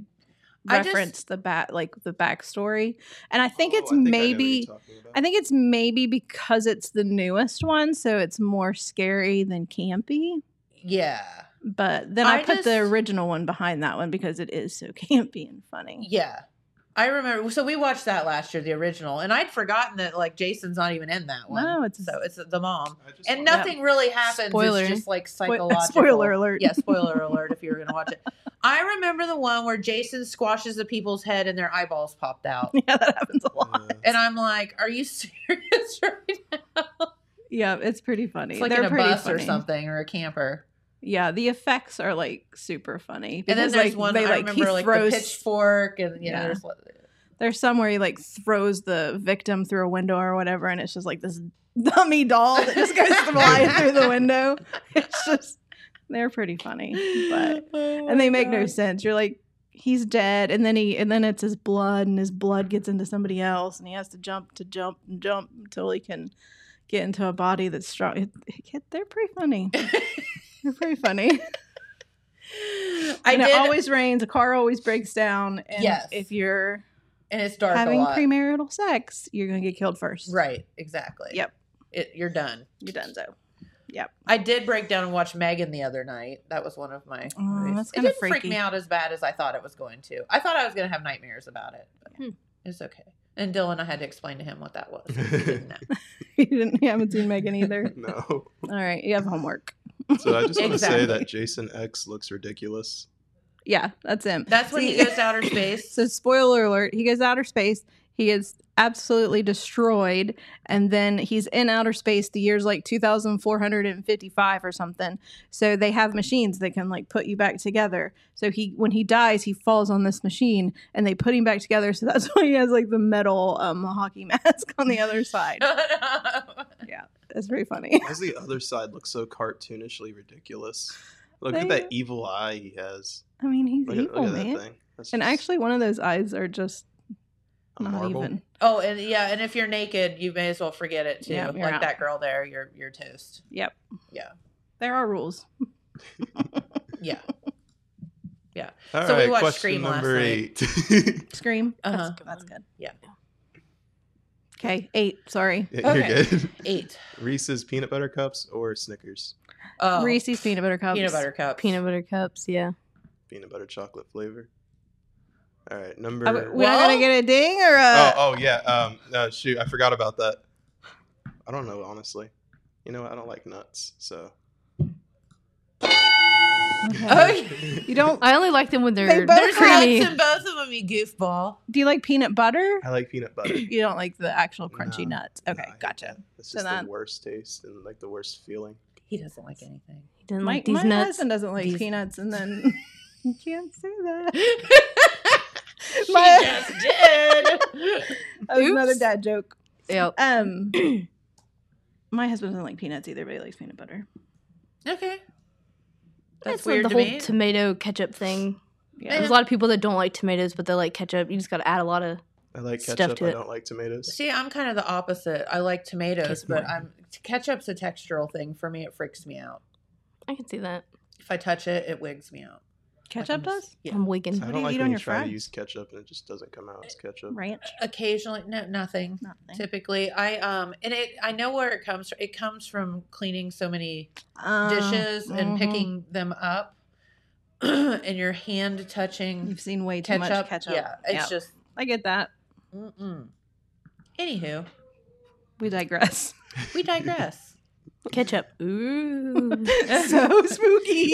S2: I just-
S6: referenced the bat like the backstory. And I think
S3: Oh,
S6: it's
S3: know what you're
S6: maybe
S3: talking about.
S6: I think it's maybe because it's the newest one, so it's more scary than campy.
S2: Yeah.
S6: But then I,
S2: I
S6: put the
S2: just-
S6: original one behind that one because it is so campy and funny.
S2: Yeah. I remember. So we watched that last year, the original, and I'd forgotten that like Jason's not even in that one.
S6: No, it's-
S2: so it's the mom, and
S6: wanna-
S2: nothing really happens.
S6: Spoiler.
S2: It's just like
S6: Spoil-
S2: psychological.
S6: spoiler alert.
S2: Yeah, spoiler alert. If you were going to watch it, I remember the one where Jason squashes the people's head and their eyeballs popped out.
S6: Yeah, that happens a
S3: lot.
S2: And I'm like, "Are you serious right now?"
S6: Yeah, it's pretty funny.
S2: It's like
S6: They're
S2: in a
S6: pretty
S2: bus or
S6: funny.
S2: something or a camper.
S6: Yeah, the effects are like super funny.
S2: And then
S6: because,
S2: there's
S6: like,
S2: one
S6: they,
S2: I
S6: like, he
S2: remember, like
S6: throws-
S2: the pitchfork, and you know,
S6: Yeah.
S2: there's
S6: There's some where he like throws the victim through a window or whatever, and it's just like this dummy doll that just goes flying through the window. It's just they're pretty funny, but
S2: Oh
S6: and they make no sense. You're like he's dead, and then he and then it's his blood, and his blood gets into somebody else, and he has to jump to jump and jump until he can get into a body that's strong. It, it- they're pretty funny. they're pretty funny.
S2: I
S6: and
S2: did-
S6: it always rains. A car always breaks down. And
S2: Yes.
S6: if you're
S2: and it's dark.
S6: having
S2: a lot.
S6: premarital sex, you're gonna get killed first.
S2: Right, exactly.
S6: Yep.
S2: It, you're done.
S6: You're done, so. Yep.
S2: I did break down and watch Megan the other night. That was one of my.
S6: Oh,
S2: movies.
S6: that's
S2: it
S6: kinda
S2: didn't freak
S6: freaky.
S2: me out as bad as I thought it was going to. I thought I was going to have nightmares about it. But
S6: Hmm.
S2: It's okay. And Dylan, I had to explain to him what that was. He didn't know.
S6: you didn't. You haven't seen Megan either.
S3: No.
S6: All right, you have homework.
S3: So I just want to
S6: Exactly.
S3: say that Jason X looks ridiculous.
S6: Yeah, that's him.
S2: That's when he
S6: See-
S2: goes to outer space.
S6: So spoiler alert, he goes to outer space. He gets absolutely destroyed and then he's in outer space the year's like 2455 or something so they have machines that can like put you back together so he when he dies he falls on this machine and they put him back together so that's why he has like the metal um hockey mask on the other side yeah that's very funny
S3: Why does the other side look so cartoonishly ridiculous? Look
S6: They-
S3: at that evil eye he has.
S6: i mean he's
S3: Look at- look
S6: evil
S3: at that
S6: man
S3: thing. That's
S6: and
S3: just
S6: actually one of those eyes are just not
S3: marble.
S6: even
S2: Oh, and yeah, and if you're naked, you may as well forget it too.
S6: Yeah, you're
S2: like
S6: out.
S2: that girl there, you're you're toast.
S6: yep
S2: Yeah,
S6: there are rules
S2: yeah, yeah.
S3: All
S2: so
S3: right,
S2: we watched
S3: question
S2: Scream last
S3: number
S2: night.
S3: eight.
S6: Scream.
S2: Uh-huh.
S6: Oh, That's, that's good.
S2: Yeah.
S6: Okay, eight. Sorry.
S3: Yeah, You're good.
S2: Eight.
S3: Reese's peanut butter cups or Snickers
S2: Oh,
S6: Reese's peanut butter cups.
S2: peanut butter cups.
S4: Peanut butter cups, yeah.
S3: peanut butter chocolate flavor. All right, number.
S6: Are we- we're not gonna get a ding
S3: oh,
S6: or a.
S3: oh yeah. Um, no, shoot, I forgot about that. I don't know, honestly. You know, I don't like nuts, so
S2: Oh,
S6: You don't.
S4: I only like them when they're,
S6: both
S4: they're
S2: There's
S4: creamy.
S2: nuts in both of them, you goofball.
S6: Do you like peanut butter?
S3: I like peanut butter.
S6: You don't like the actual crunchy
S3: No,
S6: nuts. Okay,
S3: I hate
S6: gotcha.
S3: It's
S6: So
S3: just
S6: that-
S3: the worst taste and like the worst feeling.
S2: He doesn't like anything.
S4: He doesn't
S6: My,
S4: like these
S6: my
S4: nuts.
S6: husband doesn't like
S2: These-
S6: peanuts, and then you can't say that.
S2: She
S6: My-
S2: just did.
S6: That was another
S4: Oops.
S6: dad joke.
S4: Yep.
S6: Um, my husband doesn't like peanuts either, but he likes peanut butter.
S2: okay. That's
S4: That's
S2: weird
S4: weird the
S2: to
S4: whole
S2: me.
S4: tomato ketchup thing.
S6: Yeah.
S4: There's a lot of people that don't like tomatoes, but they like ketchup. You just got to add a lot of.
S3: I like
S4: Stuff
S3: ketchup.
S4: to
S3: I
S4: it.
S3: don't like tomatoes.
S2: See, I'm kind of the opposite. I like tomatoes,
S4: Taste
S2: but
S4: more.
S2: I'm ketchup's a textural thing for me. It freaks me out.
S4: I can see that.
S2: If I touch it, it wigs me out. Like,
S6: Ketchup
S2: I'm just-
S6: does
S2: Yeah.
S4: I'm wigging.
S3: I
S6: What
S3: don't
S6: do you
S3: like
S6: eat
S3: when
S6: on
S3: you
S6: your
S3: try
S6: fries?
S3: to use ketchup and it just doesn't come out as ketchup.
S6: ranch.
S2: Occasionally, no, nothing.
S6: Nothing.
S2: Typically, I um, and it I know where it comes from. It comes from cleaning so many
S4: Uh,
S6: Um,
S2: dishes and
S4: mm-hmm.
S6: mhm.
S2: picking them up, and your hand touching
S6: You've seen way too
S2: ketchup.
S6: much ketchup.
S2: Yeah, it's
S6: Yep.
S2: just.
S6: I get that.
S2: Mm-mm. Anywho,
S6: We digress.
S2: we digress.
S4: Ketchup. Ooh.
S6: so spooky.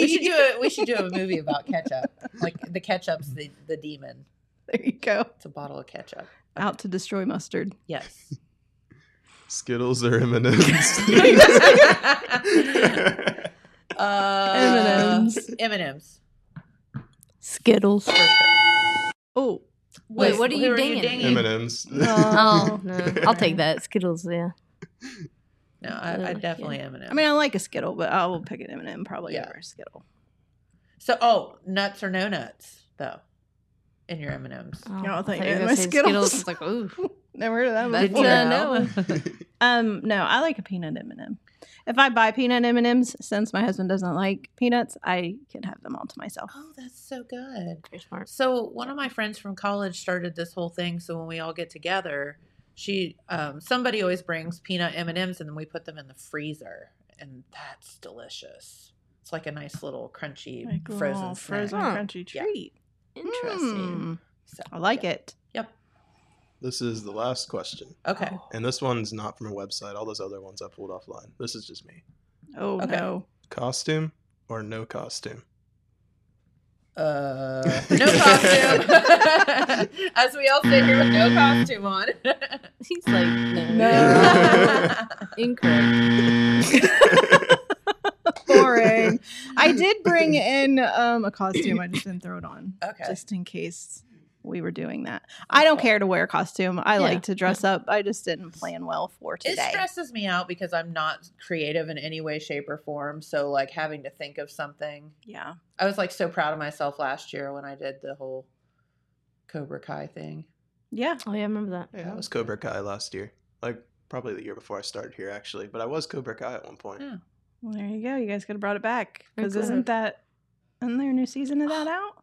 S2: we should do a we should do a movie about ketchup. Like the ketchup's the the demon.
S6: There you go.
S2: It's a bottle of ketchup.
S6: Out to destroy mustard.
S2: Yes.
S3: Skittles or M and M's.
S2: Uh,
S6: M&Ms.
S2: M and M's.
S4: Skittles.
S6: Oh,
S4: Wait, what are you dinging?
S3: M and M's.
S4: Oh, no. I'll take that. Skittles, yeah.
S2: No, I, I definitely M and M's.
S6: I mean, I like a Skittle, but I will pick an M&M probably
S2: Yeah.
S6: over a Skittle.
S2: so oh, nuts or no nuts though, in your M and M's.
S4: Oh,
S6: don't
S4: I
S6: think
S4: thought
S6: I
S4: you were
S6: had
S4: gonna
S6: my
S4: say
S6: Skittles.
S4: It's like, ooh.
S6: Never heard of that
S4: That's
S6: before.
S4: a uh, no.
S6: Um, no, I like a peanut M&M. If I buy peanut M&Ms, since my husband doesn't like peanuts, I can have them all to myself.
S2: Oh, that's so good.
S4: Very smart.
S2: So one of my friends from college started this whole thing. So when we all get together, she um, somebody always brings peanut M and M's, and then we put them in the freezer, and that's delicious. It's like a nice little crunchy
S6: Like a
S2: frozen
S6: little
S2: snack.
S6: frozen
S4: Huh.
S6: crunchy
S2: Yeah.
S6: treat.
S4: Interesting.
S6: Hmm.
S2: So,
S6: I like it.
S3: This is the last question.
S2: Okay.
S3: And this one's not from a website. All those other ones I pulled offline. This is just me.
S6: Oh
S2: Okay.
S6: no.
S3: Costume or no costume?
S6: Oh.
S2: Uh, no costume. As we all sit here with no costume on.
S4: He's like, no.
S6: No.
S4: Incorrect.
S6: Boring. I did bring in um, a costume. I just didn't throw it on.
S2: Okay.
S6: Just in case we were doing that. I don't care to wear a costume. I
S4: Yeah.
S6: like to dress up. I just didn't plan well for
S2: it
S6: today.
S2: stresses me out because I'm not creative in any way, shape, or form. So, like, having to think of something.
S6: yeah.
S2: I was like so proud of myself last year when I did the whole Cobra Kai thing.
S6: Yeah.
S4: Oh yeah, I remember that.
S3: Yeah, I was Cobra Kai last year. Like probably the year before I started here, actually. But I was Cobra Kai at one point.
S2: Yeah.
S6: Well, there you go. You guys could have brought it back
S4: We
S6: because
S4: could've.
S6: isn't that isn't there a new season of that out?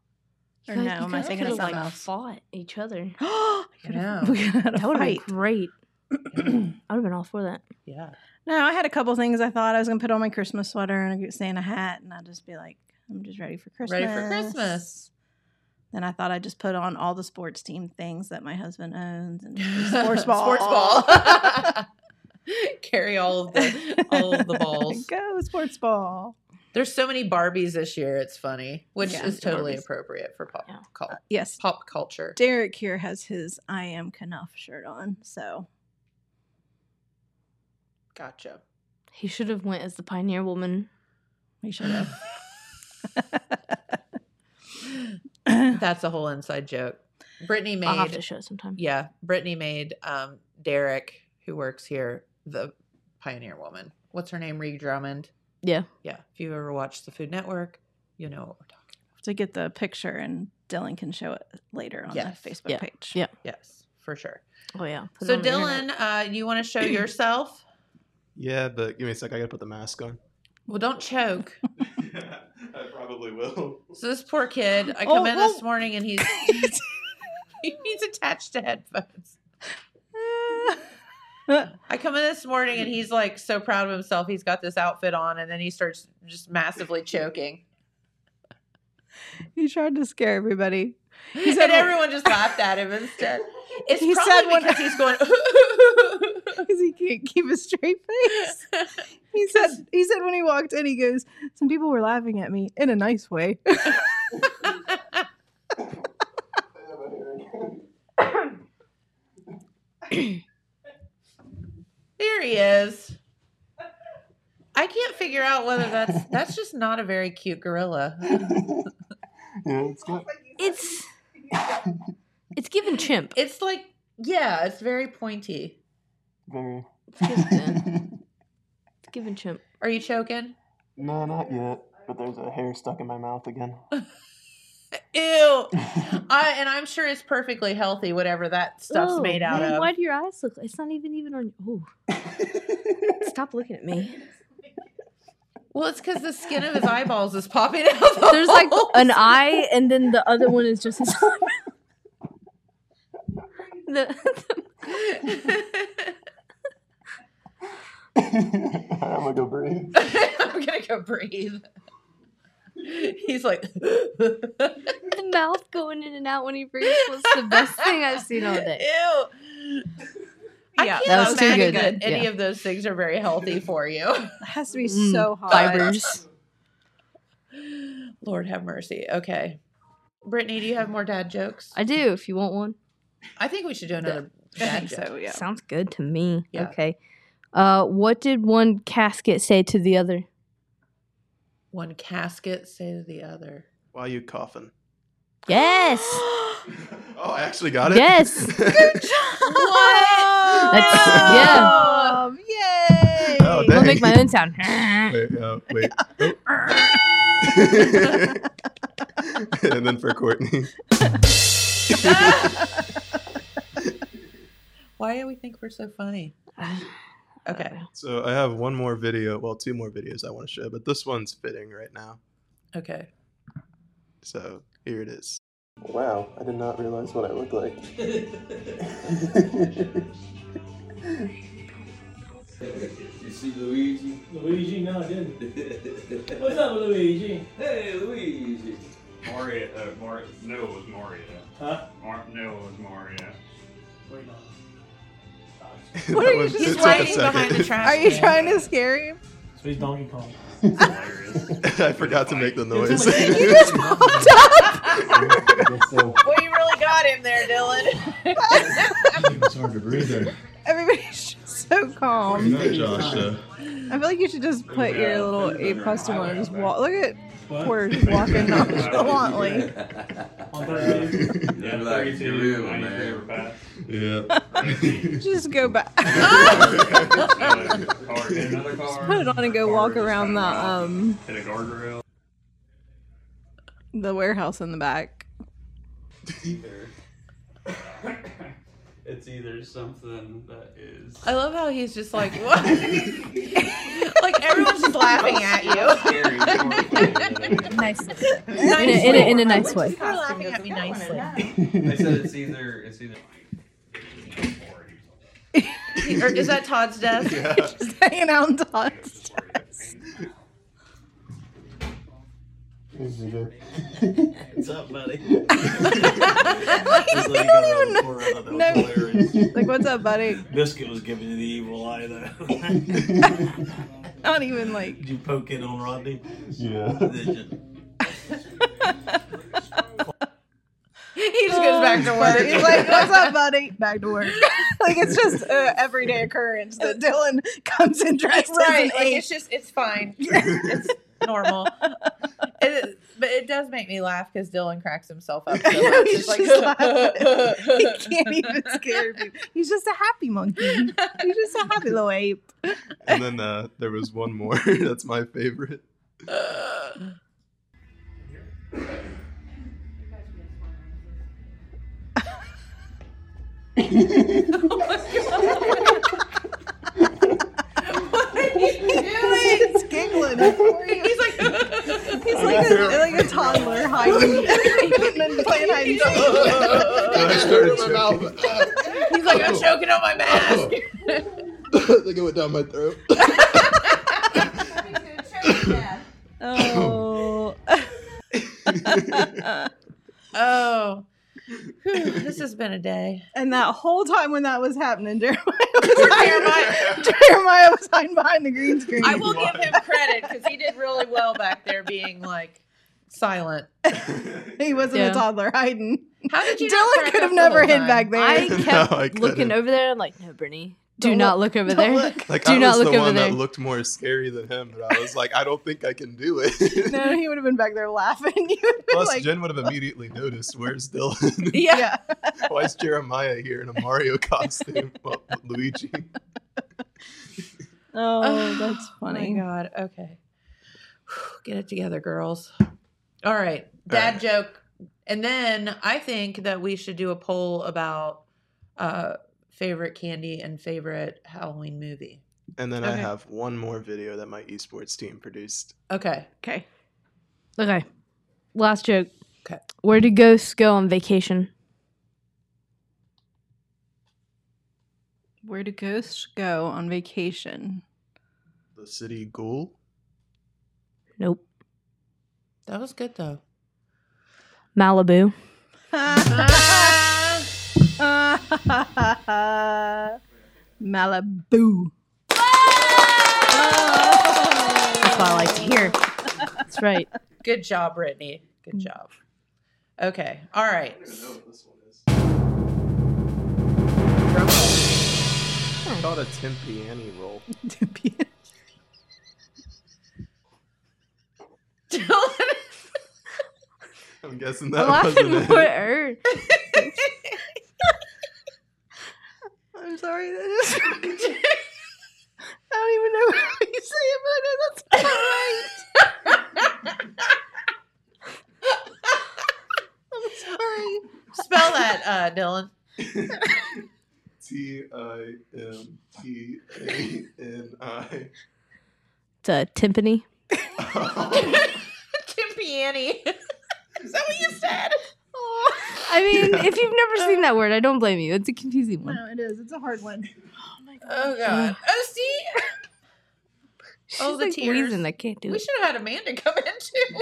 S6: Or
S4: You guys-
S6: no?
S4: you
S6: Am I
S4: guys
S6: thinking of
S4: could've,
S6: something
S4: like,
S6: else?
S4: Fought each other.
S6: I
S2: know.
S6: We could have had a
S4: That would have been
S6: fight.
S4: great. I would have been all for that.
S2: Yeah.
S6: No, I had a couple things I thought I was gonna put on my Christmas sweater and a Santa hat, and I'd just be like, I'm just ready for Christmas.
S2: Ready for Christmas.
S6: Then I thought I'd just put on all the sports team things that my husband owns and sports ball.
S2: Sports ball. Carry all of the all of the balls.
S6: Go sports ball.
S2: There's so many Barbies this year. It's funny, which
S6: Yeah,
S2: is totally
S4: Barbies.
S2: appropriate for pop
S4: Yeah.
S2: cul-
S6: Yes,
S2: pop culture.
S6: Derek here has his I am Knuff shirt on, so
S2: Gotcha.
S4: He should have went as the pioneer woman.
S6: we should have.
S2: That's a whole inside joke. Brittany
S4: I'll have to
S2: made
S4: show it sometime.
S2: yeah. Brittany made um, Derek, who works here, the pioneer woman. What's her name? Ree Drummond.
S4: Yeah.
S2: Yeah. If you ever watched the Food Network, you know what we're talking.
S6: to get the picture, and Dylan can show it later on
S2: Yes.
S6: the Facebook
S4: Yeah.
S6: page.
S4: Yeah.
S2: about. Yes, for sure.
S4: Oh yeah. Put it
S2: so
S4: on the internet.
S2: Dylan, uh, you want to show yourself?
S3: Yeah, but give me a sec. I gotta put the mask on.
S2: Well, don't choke.
S3: I probably will.
S2: So this poor kid, I
S6: Oh,
S2: come in
S6: well-
S2: this morning and he's he's attached to headphones. I come in this morning and he's like so proud of himself. He's got this outfit on, and then he starts just massively choking.
S6: he tried to scare everybody.
S2: He
S6: said-
S2: said everyone just laughed at him instead. It's
S6: He said
S2: probably
S6: when-
S2: because he's going.
S6: because he can't keep a straight face. He said he said when he walked in, he goes, "Some people were laughing at me in a nice way."
S2: there he is. I can't figure out whether that's that's just not a very cute gorilla.
S3: Yeah, it's good.
S4: It's it's given chimp.
S2: It's like yeah, it's very pointy.
S3: Very.
S4: It's given, it's given chimp.
S2: Are you choking?
S3: no, not yet. But there's a hair stuck in my mouth again.
S2: Ew. I and I'm sure it's perfectly healthy, whatever that stuff's
S4: Whoa,
S2: made out
S4: Oh, man,
S2: of.
S4: Why do your eyes look? It's not even even on. Ooh, stop looking at me.
S2: Well, it's because the skin of his eyeballs is popping out. the
S4: There's like
S2: holes.
S4: an eye, and then the other one is just his eyebrow. the,
S3: I'm gonna go breathe.
S2: I'm gonna go breathe. He's like
S4: the mouth going in and out when he breathes was the best thing I've seen all day.
S2: Ew. I
S6: Yeah,
S2: can't
S4: that was too
S2: imagine
S4: good.
S2: that any
S4: Yeah.
S2: of those things are very healthy for you.
S6: It has to be
S4: Mm,
S6: so hot.
S4: Fibers.
S2: Lord have mercy. Okay. Brittany, do you have more dad jokes?
S4: I do. If you want one,
S2: I think we should do another
S6: I
S2: dad
S6: think
S2: joke.
S6: so. Yeah.
S4: sounds good to me.
S2: Yeah.
S4: Okay. Uh, what did one casket say to the other?
S2: One casket, say to the other.
S3: Why are you coughing?
S4: Yes.
S3: Oh, I actually got it.
S4: Yes.
S2: What?
S4: That's- yeah.
S6: Um, yay!
S3: Oh,
S4: I'll
S3: dang.
S4: make my own sound. I
S3: wait, uh, wait. and then for Courtney.
S2: Why do we think we're so funny? Okay.
S3: So I have one more video. Well, two more videos I want to show, but this one's fitting right now.
S2: Okay.
S3: So here it is. Wow, I did not realize what I looked like.
S10: see Luigi?
S11: Luigi, no, I didn't.
S10: What's
S11: What's up, Luigi?
S10: Hey, Luigi.
S7: Mario, uh, Mario, no, it was Mario.
S11: Huh?
S7: Mar- no, it was Mario.
S11: Wait on.
S6: What are you just waiting behind the trash? Are you
S11: can.
S6: trying to scare him?
S11: So he's Donkey Kong.
S3: I forgot to make the noise.
S6: You just popped up.
S8: Well, you really got him there, Dylan.
S12: It's hard to breathe there.
S6: Everybody's just so calm.
S12: You know, Josh. Uh,
S6: I feel like you should just put your little eight plus one and just walk. Look at
S12: What?
S6: Porter just walking nonchalantly.
S7: uh,
S12: yeah, like, you're real, man. Yeah.
S6: just go back.
S7: Another
S6: Just
S7: car.
S6: put it on and go walk around the um
S7: Hit a guardrail.
S6: the warehouse in the back.
S7: Either.
S11: It's either something that is.
S2: I love how he's just like, what? like everyone's just laughing at you.
S4: Nice. In a, in a, in a nice way.
S2: You're laughing at me nicely.
S10: I said it's either it's either
S2: Or is that Todd's desk?
S6: just hanging out on Todd's desk.
S12: What's up, buddy? Just
S6: They
S12: like,
S6: don't
S12: uh,
S6: even know.
S12: pour out of that.
S6: No.
S12: That was hilarious.
S6: Like, what's up, buddy?
S12: Biscuit was giving you the evil eye though.
S6: Not even like.
S12: Did you poke it on Rodney? Yeah. Did you?
S2: He just goes back to work.
S6: He's like, "What's up, buddy? Back to work." like it's just uh, everyday occurrence that Dylan comes in dressed
S2: right.
S6: as an
S2: like,
S6: ape.
S2: it's just, it's fine. it's normal. It is, but it does make me laugh because Dylan cracks himself up. So much.
S6: He's
S2: It's like,
S6: just laughing. he can't even scare people. He's just a happy monkey. He's just a happy little ape.
S3: and then uh, there was one more. That's my favorite.
S6: He's giggling. He's
S2: like,
S6: he's like a, like a toddler hiding and then playing hide and seek.
S3: I started choking.
S2: He's like, I'm choking on my mask.
S3: I think it went down my throat.
S6: Oh.
S2: oh. Whew, this has been a day.
S6: And that whole time when that was happening, Jeremiah was, hiding, Jeremiah was hiding behind the green screen.
S2: I will give him credit because he did really well back there being like silent.
S6: He wasn't
S4: Yeah.
S6: a toddler hiding.
S2: How did you not
S6: Dylan
S2: crack
S6: could
S2: up
S6: have
S2: the
S6: never
S2: whole
S6: hid
S2: time?
S6: back there.
S4: I kept
S3: I
S4: looking
S3: couldn't.
S4: over there. I'm like, no, Brittany, do
S6: Don't
S4: not
S6: look-
S4: look over
S6: don't
S4: there.
S6: look.
S3: Like
S4: do
S3: I
S4: not
S3: was
S4: look
S3: the
S4: over
S3: one
S4: there.
S3: that looked more scary than him, but I was like, I don't think I can do it.
S6: no, he would have been back there laughing. You would have been
S3: Plus,
S6: like,
S3: Jen would have immediately noticed. Where's Dylan?
S6: yeah.
S3: Why is Jeremiah here in a Mario costume? Well, Luigi.
S6: Oh, that's funny.
S2: my God. Okay. Whew, Get it together, girls. All right. Dad joke. And then I think that we should do a poll about uh favorite candy and favorite Halloween movie.
S3: And then I
S2: Okay.
S3: have one more video that my esports team produced.
S2: Okay.
S6: Okay.
S4: Okay. Last joke.
S2: Okay.
S4: Where do ghosts go on vacation?
S6: Where do ghosts go on vacation?
S3: The City Ghoul.
S4: Nope.
S2: That was good though.
S4: Malibu.
S6: Malibu.
S4: That's what I like to hear. That's right.
S2: Good job, Brittany.
S6: Mm.
S2: Good job. Okay. All right.
S3: It's called a Timpiani roll. I'm guessing that wasn't it.
S4: her.
S6: I'm sorry. That is. I don't even know how you say it, but I know that's not right. I'm sorry.
S2: Spell that, uh, Dylan.
S3: T I M P A N I.
S4: It's a timpani.
S2: Timpiani. Is that what you said?
S6: Oh.
S4: I mean, if you've never seen that word, I don't blame you. It's a confusing one.
S6: No, it is. It's a hard one.
S2: Oh God. Oh, see. oh, the
S4: like
S2: tears.
S4: wheezing. I can't do
S2: we
S4: it.
S2: should have had Amanda come in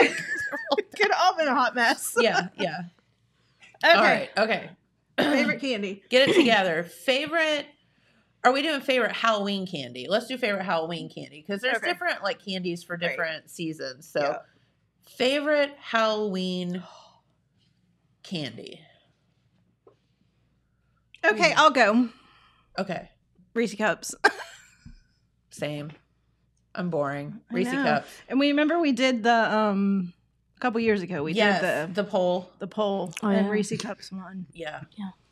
S2: too.
S6: Could all been a hot mess.
S2: yeah, yeah.
S6: Okay.
S2: All right, okay.
S6: Favorite candy.
S2: Get it together. favorite. Are we doing favorite Halloween candy? Let's do favorite Halloween candy because there's
S6: Okay.
S2: different like candies for different seasons. So, favorite Halloween candy.
S6: Okay, I'll go.
S2: Okay,
S6: Reese cups.
S2: same. I'm boring.
S6: I
S2: Reese
S6: know.
S2: cups.
S6: And we remember we did the um a couple years ago. We
S2: Yes,
S6: did
S2: the the poll.
S6: the poll
S4: Oh,
S6: and
S4: yeah.
S6: Reese cups won.
S2: Yeah.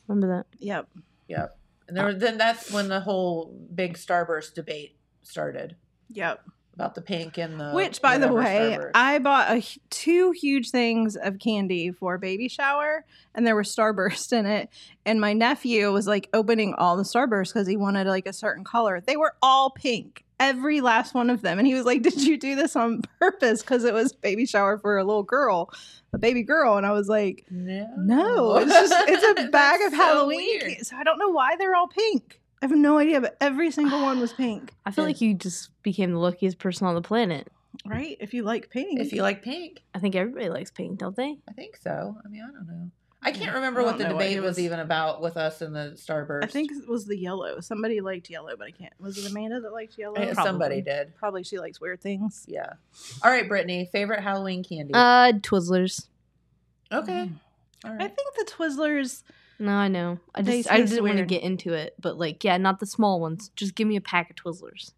S4: Remember
S6: Yep.
S2: Yep. And there, then that's when the whole big Starburst debate started
S6: Yep.
S2: about the pink and the
S6: Uh, Which, by the
S2: whatever
S6: way,
S2: Starburst.
S6: I bought a, h- two huge things of candy for baby shower, and there was Starburst in it. And my nephew was like opening all the Starburst because he wanted like a certain color. They were all pink, every last one of them. And he was like, "Did you do this on purpose?" Because it was baby shower for a little girl, a baby girl. And I was like,
S2: no,
S6: "No, it's just it's a bag of
S2: Oh. so
S6: Halloween."
S2: weird.
S6: candy." So I don't know why they're all pink. I have no idea, but every single one was pink,
S4: I feel like you just became the luckiest person on the planet.
S6: right? If you like pink,
S2: if you like pink,
S4: I think everybody likes pink, don't they?
S2: I think so. I mean, I don't know. I can't
S6: Yeah,
S2: remember
S6: I
S2: what
S6: don't
S2: the
S6: know what
S2: debate
S6: it
S2: was
S6: was.
S2: even about with us and the Starburst.
S6: I think it was the yellow. Somebody liked yellow, but I can't. Was it Amanda that liked yellow?
S2: Uh, somebody did.
S6: Probably she likes weird things.
S2: Yeah. All right, Brittany, favorite Halloween candy.
S4: Uh, Twizzlers.
S2: okay. All
S6: Mm-hmm. Mm. I
S2: right.
S6: think the Twizzlers.
S4: No, I know. I
S6: They
S4: just I
S6: taste
S4: didn't want to
S6: weird.
S4: get into it, but like, yeah, not the small ones. Just give me a pack of Twizzlers.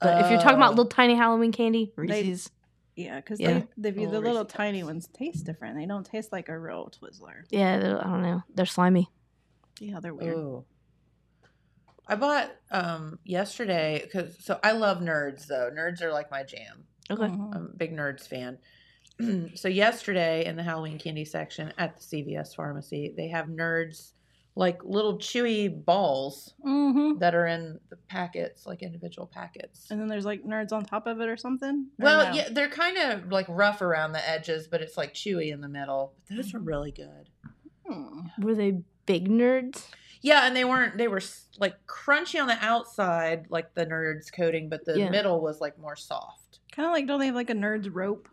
S6: uh,
S4: But if you're talking
S2: Oh.
S4: about little tiny Halloween candy, Reese's.
S6: Yeah, because
S4: Yeah.
S6: they, they, the
S4: Little
S6: little tiny ones taste different. They don't taste like a real Twizzler.
S4: yeah, they're- I don't know. They're slimy.
S6: Yeah, they're weird.
S2: Ooh. I bought um yesterday because so I love nerds though. Nerds are like my jam.
S4: Okay.
S6: Mm-hmm.
S2: I'm a big nerds fan. so yesterday in the Halloween candy section at the CVS pharmacy, they have nerds like little chewy balls
S6: Mm-hmm.
S2: that are in the packets, like individual packets.
S6: And then there's like nerds on top of it or something. Or
S2: Well,
S6: no?
S2: yeah, they're kind of like rough around the edges, but it's like chewy in the middle. But those are really good.
S6: Hmm.
S4: Were they big nerds?
S2: Yeah, and they weren't. They were s- like crunchy on the outside, like the nerds coating, but the
S4: Yeah.
S2: middle was like more soft.
S6: Kind of like don't they have like a nerds rope?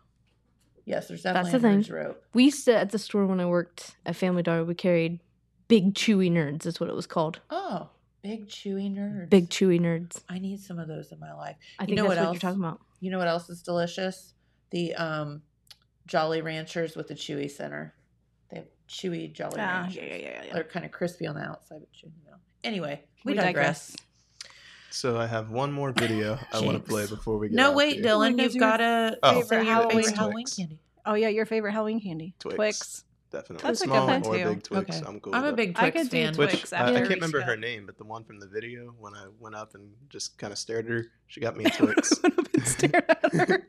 S2: Yes, there's
S4: That's
S2: definitely a
S4: the
S2: nerds
S4: thing.
S2: rope.
S4: We used to at the store when I worked at Family Dollar. We carried big chewy nerds. Is what it was called.
S2: Oh, big chewy nerds.
S4: Big chewy nerds.
S2: I need some of those in my life.
S4: I
S2: You
S4: think
S2: know
S4: that's
S2: what
S4: what,
S2: else?
S4: you're talking about.
S2: You know what else is delicious? The um, Jolly Ranchers with the chewy center. They have chewy Jolly
S6: Ah,
S2: Ranchers.
S6: yeah, yeah, yeah, yeah.
S2: They're kind of crispy on the outside, but chewy in the middle. Anyway, we,
S6: We
S2: digress.
S6: digress.
S3: So I have one more video I want to play before we get.
S2: No,
S3: off
S2: wait,
S3: here.
S6: Everyone
S2: Dylan,
S6: knows
S2: you've
S6: your
S2: got to
S3: Oh.
S2: favorite
S6: favorite
S2: Halloween,
S6: Halloween-
S2: Halloween
S3: Twix.
S2: candy.
S6: Oh yeah, your favorite Halloween candy.
S3: Twix. Definitely.
S6: That's a good
S3: Small
S6: one,
S3: or
S6: too.
S3: big Twix.
S2: Okay.
S3: I'm cool.
S2: I'm a
S3: with
S2: big
S3: that.
S6: I
S2: Twix
S6: could do
S2: fan.
S6: Twix
S3: Which I, I
S6: after
S3: can't
S6: Reese
S3: remember her
S6: Cup.
S3: name, but the one from the video when I went up and just kind of stared at her, she got me a Twix.
S6: Went up and stared at her.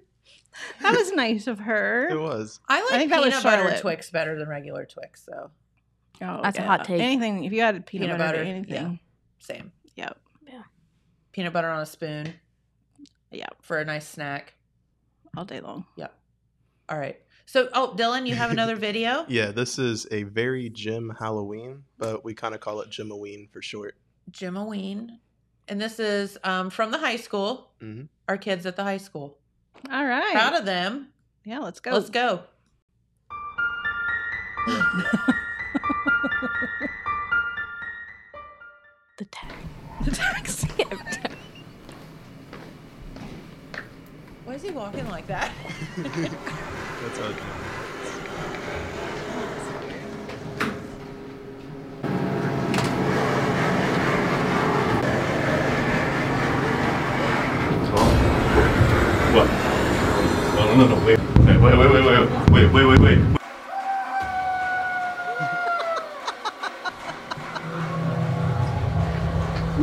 S6: that was nice of her.
S3: it was.
S2: I like
S6: think that
S2: peanut
S6: was
S2: butter
S6: Charlotte.
S2: Twix better than regular Twix, though.
S6: Oh,
S4: That's a hot take.
S6: Anything if you added peanut,
S2: Peanut
S6: butter, to
S2: butter,
S6: anything.
S2: Same.
S6: Yep.
S2: Peanut butter on a spoon
S6: Yep.
S2: for a nice snack.
S6: All day long.
S2: Yep. All right. So, oh, Dylan, you have another video?
S3: Yeah, this is a very Jim Halloween, but we kind of call it Jimoween for short.
S2: Jim Oween. And this is um, from the high school.
S3: Mhm.
S2: Our kids at the high school.
S6: All right.
S2: Proud of them.
S6: yeah, let's go.
S2: Let's go.
S4: The tax. The tax. Every time.
S2: Why is he walking like that?
S3: That's how it-
S7: What? No, no, no, wait. Wait, wait, wait, wait, wait, wait, wait, wait. wait.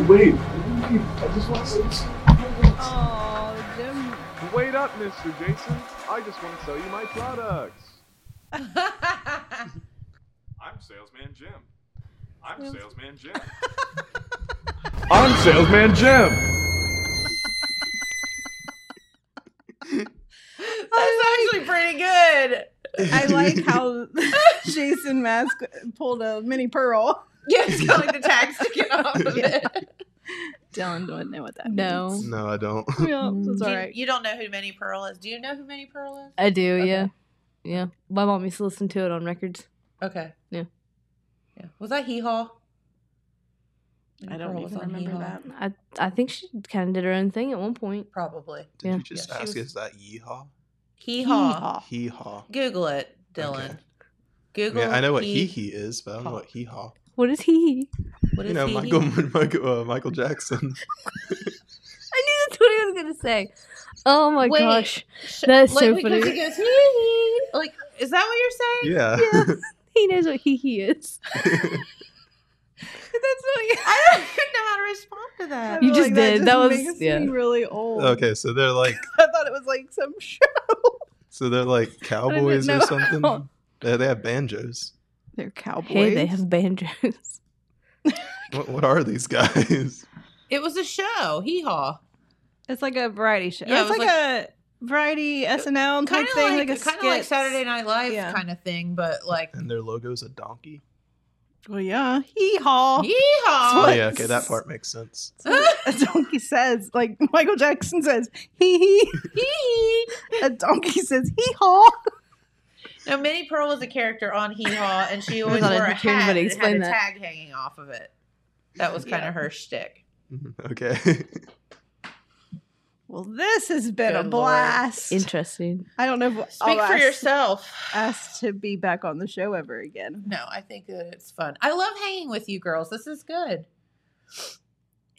S13: Wait, I just want to say
S6: Oh, Jim.
S13: Wait up, Mr. Jason. I just want to sell you my products.
S7: I'm salesman Jim. I'm salesman Jim.
S13: I'm Salesman Jim.
S2: That's actually pretty good.
S6: I like how Jason Mask pulled a mini pearl.
S2: Yeah, he's got like the tags sticking off of it.
S6: Dylan would know what that
S4: No.
S6: means.
S3: No, I don't.
S6: Yeah, that's
S4: Do
S6: all
S4: you-
S6: right.
S2: You don't know who Minnie Pearl is. Do you know who Minnie Pearl is?
S4: Mm. I do, yeah. Yeah. My mom used to listen to it on records.
S2: Okay.
S4: Yeah.
S2: Yeah. Was that Hee Haw?
S4: I
S2: don't even remember that.
S4: I, I think she kind of did her own thing at one point.
S2: Probably.
S3: Did
S4: yeah.
S3: you just
S2: Yeah, she
S3: ask?
S2: was-
S3: Is that yeehaw?
S2: Hee Haw.
S3: Hee haw.
S2: Google it, Dylan.
S3: I,
S2: Google.
S3: mean, I know what hee
S2: hee-
S3: hee is, but I don't know what hee haw.
S4: What is he?
S2: What
S3: You
S2: is
S3: know,
S2: hee
S3: Michael,
S2: hee?
S3: Michael, uh, Michael Jackson.
S4: I knew that's what he was going to say. Oh my
S2: Wait,
S4: gosh.
S2: sh-
S4: That's
S2: like,
S4: so
S2: because
S4: funny.
S2: he goes hee hee. Like, is that what you're saying?
S3: Yeah.
S4: He knows what he he is.
S2: That's what you- I don't even know how to respond to that.
S4: You just did. That was-
S6: makes
S4: yeah.
S6: me really old.
S3: okay, so they're like,
S6: I thought it was like some show.
S3: so they're like cowboys or
S6: know.
S3: something. They, they have banjos.
S6: They're cowboys.
S4: Hey, they have banjos.
S3: What, what are these guys?
S2: It was a show. Hee Haw.
S6: It's like a variety show.
S2: Yeah, it
S6: it's
S2: was
S6: like, a variety SNL
S2: Kind
S6: type
S2: of
S6: thing,
S2: like,
S6: like, a
S2: kind of like
S6: skits.
S2: Saturday Night Live
S6: Yeah.
S2: kind of thing, but like
S3: And their logo's a donkey.
S6: Well, yeah, hee haw.
S2: hee
S3: Oh,
S2: haw.
S3: yeah, okay, that part makes sense.
S6: a donkey says, like Michael Jackson says, hee hee.
S2: Hee hee.
S6: A donkey says, hee haw.
S2: No, Minnie Pearl was a character on Hee Haw, and she
S4: I
S2: always
S4: thought I
S2: wore a
S4: didn't hear
S2: hat and
S4: anybody
S2: had a
S4: explain that.
S2: tag hanging off of it. That was kind of her shtick.
S3: Okay.
S6: Well, this has been
S2: Good
S6: a
S2: lord.
S6: blast.
S4: Interesting.
S6: I don't know if
S2: Speak
S6: I'll
S2: for
S6: ask-
S2: yourself.
S6: asked to be back on the show ever again.
S2: No, I think that it's fun. I love hanging with you girls. This is good.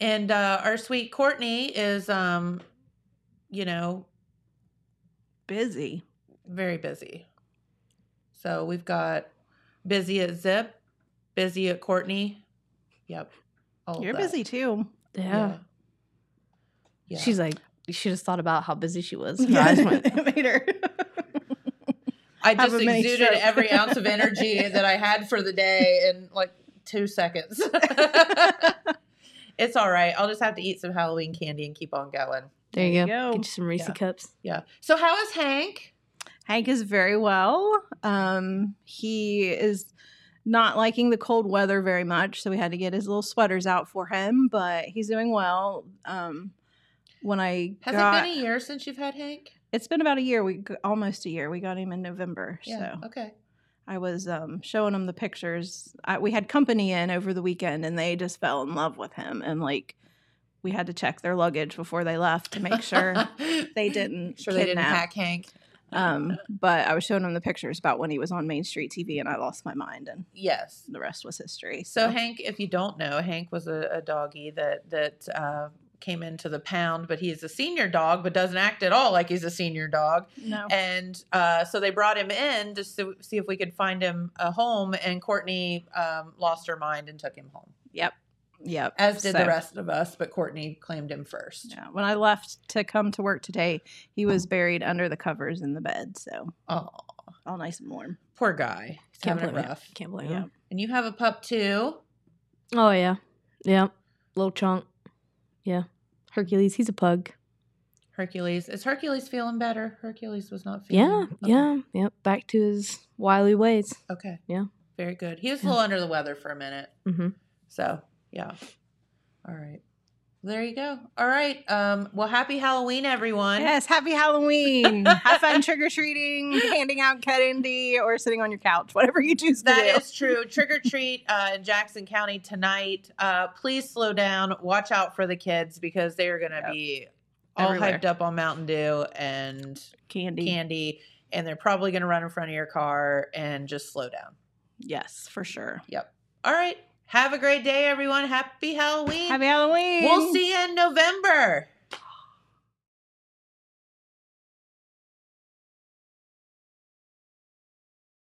S2: And uh, our sweet Courtney is, um, you know,
S6: Busy.
S2: very busy. So we've got busy at Zip, busy at Courtney. Yep. all of
S6: You're
S2: that.
S6: busy too.
S4: Yeah.
S2: Yeah.
S4: She's like, you should have thought about how busy she was. Her
S6: Yeah.
S4: eyes went.
S6: it made her.
S2: I
S6: Have
S2: just
S6: a mini
S2: exuded
S6: stroke.
S2: every ounce of energy that I had for the day in like two seconds. it's all right. I'll just have to eat some Halloween candy and keep on going.
S4: There you
S6: There
S4: go.
S6: you go.
S4: Get you some Reese
S2: Yeah.
S4: cups.
S2: Yeah. So how is Hank?
S6: Hank is very well. Um, he is not liking the cold weather very much, so we had to get his little sweaters out for him. But he's doing well. Um, when I
S2: Has
S6: got,
S2: it been a year since you've had Hank?
S6: it's been about a year. We g- almost a year. We got him in November.
S2: Yeah.
S6: So
S2: Okay.
S6: I was um, showing them the pictures. I, we had company in over the weekend, and they just fell in love with him. And like, we had to check their luggage before they left to make sure they didn't
S2: Sure they didn't
S6: kidnap.
S2: hack Hank.
S6: um, but I was showing him the pictures about when he was on Main Street TV, and I lost my mind, and
S2: Yes.
S6: the rest was history.
S2: So
S6: So,
S2: Hank, if you don't know, Hank was a, a doggy that that uh, came into the pound, but he's a senior dog, but doesn't act at all like he's a senior dog.
S6: no,
S2: And uh, so they brought him in to see, see if we could find him a home. And Courtney um, lost her mind and took him home,
S6: yep, yep.
S2: as did
S6: So,
S2: the rest of us. But Courtney claimed him first.
S6: Yeah. When I left to come to work today, he was buried under the covers in the bed, so
S2: Oh,
S6: all nice and warm.
S2: poor guy. He's
S4: Can't
S2: having it
S4: blame him.
S2: rough.
S4: Can't blame
S6: Yeah.
S4: him.
S2: And you have a pup too.
S4: Oh, yeah. Yeah. Little chunk. Yeah. Hercules, he's a pug.
S2: Hercules. Is Hercules feeling better? Hercules was not feeling.
S4: Yeah.
S2: okay.
S4: Yeah. Yep. Back to his wily ways.
S2: Okay.
S4: Yeah.
S2: Very good. He was a
S4: Yeah.
S2: little under the weather for a minute.
S4: Mm-hmm.
S2: So yeah. All right. There you go. All right. Um, well, happy Halloween, everyone.
S6: Yes, happy Halloween! Have fun trick or treating, handing out candy, or sitting on your couch, whatever you choose to
S2: That
S6: do.
S2: is true. Trick or treat uh, in Jackson County tonight. Uh, please slow down. Watch out for the kids because they are going to be all
S6: Everywhere.
S2: hyped up on Mountain Dew and
S6: candy.
S2: candy, and they're probably going to run in front of your car and just slow down.
S6: Yes, for sure.
S2: Yep. All right. Have a great day, everyone. Happy Halloween.
S6: Happy Halloween.
S2: we'll see you in November.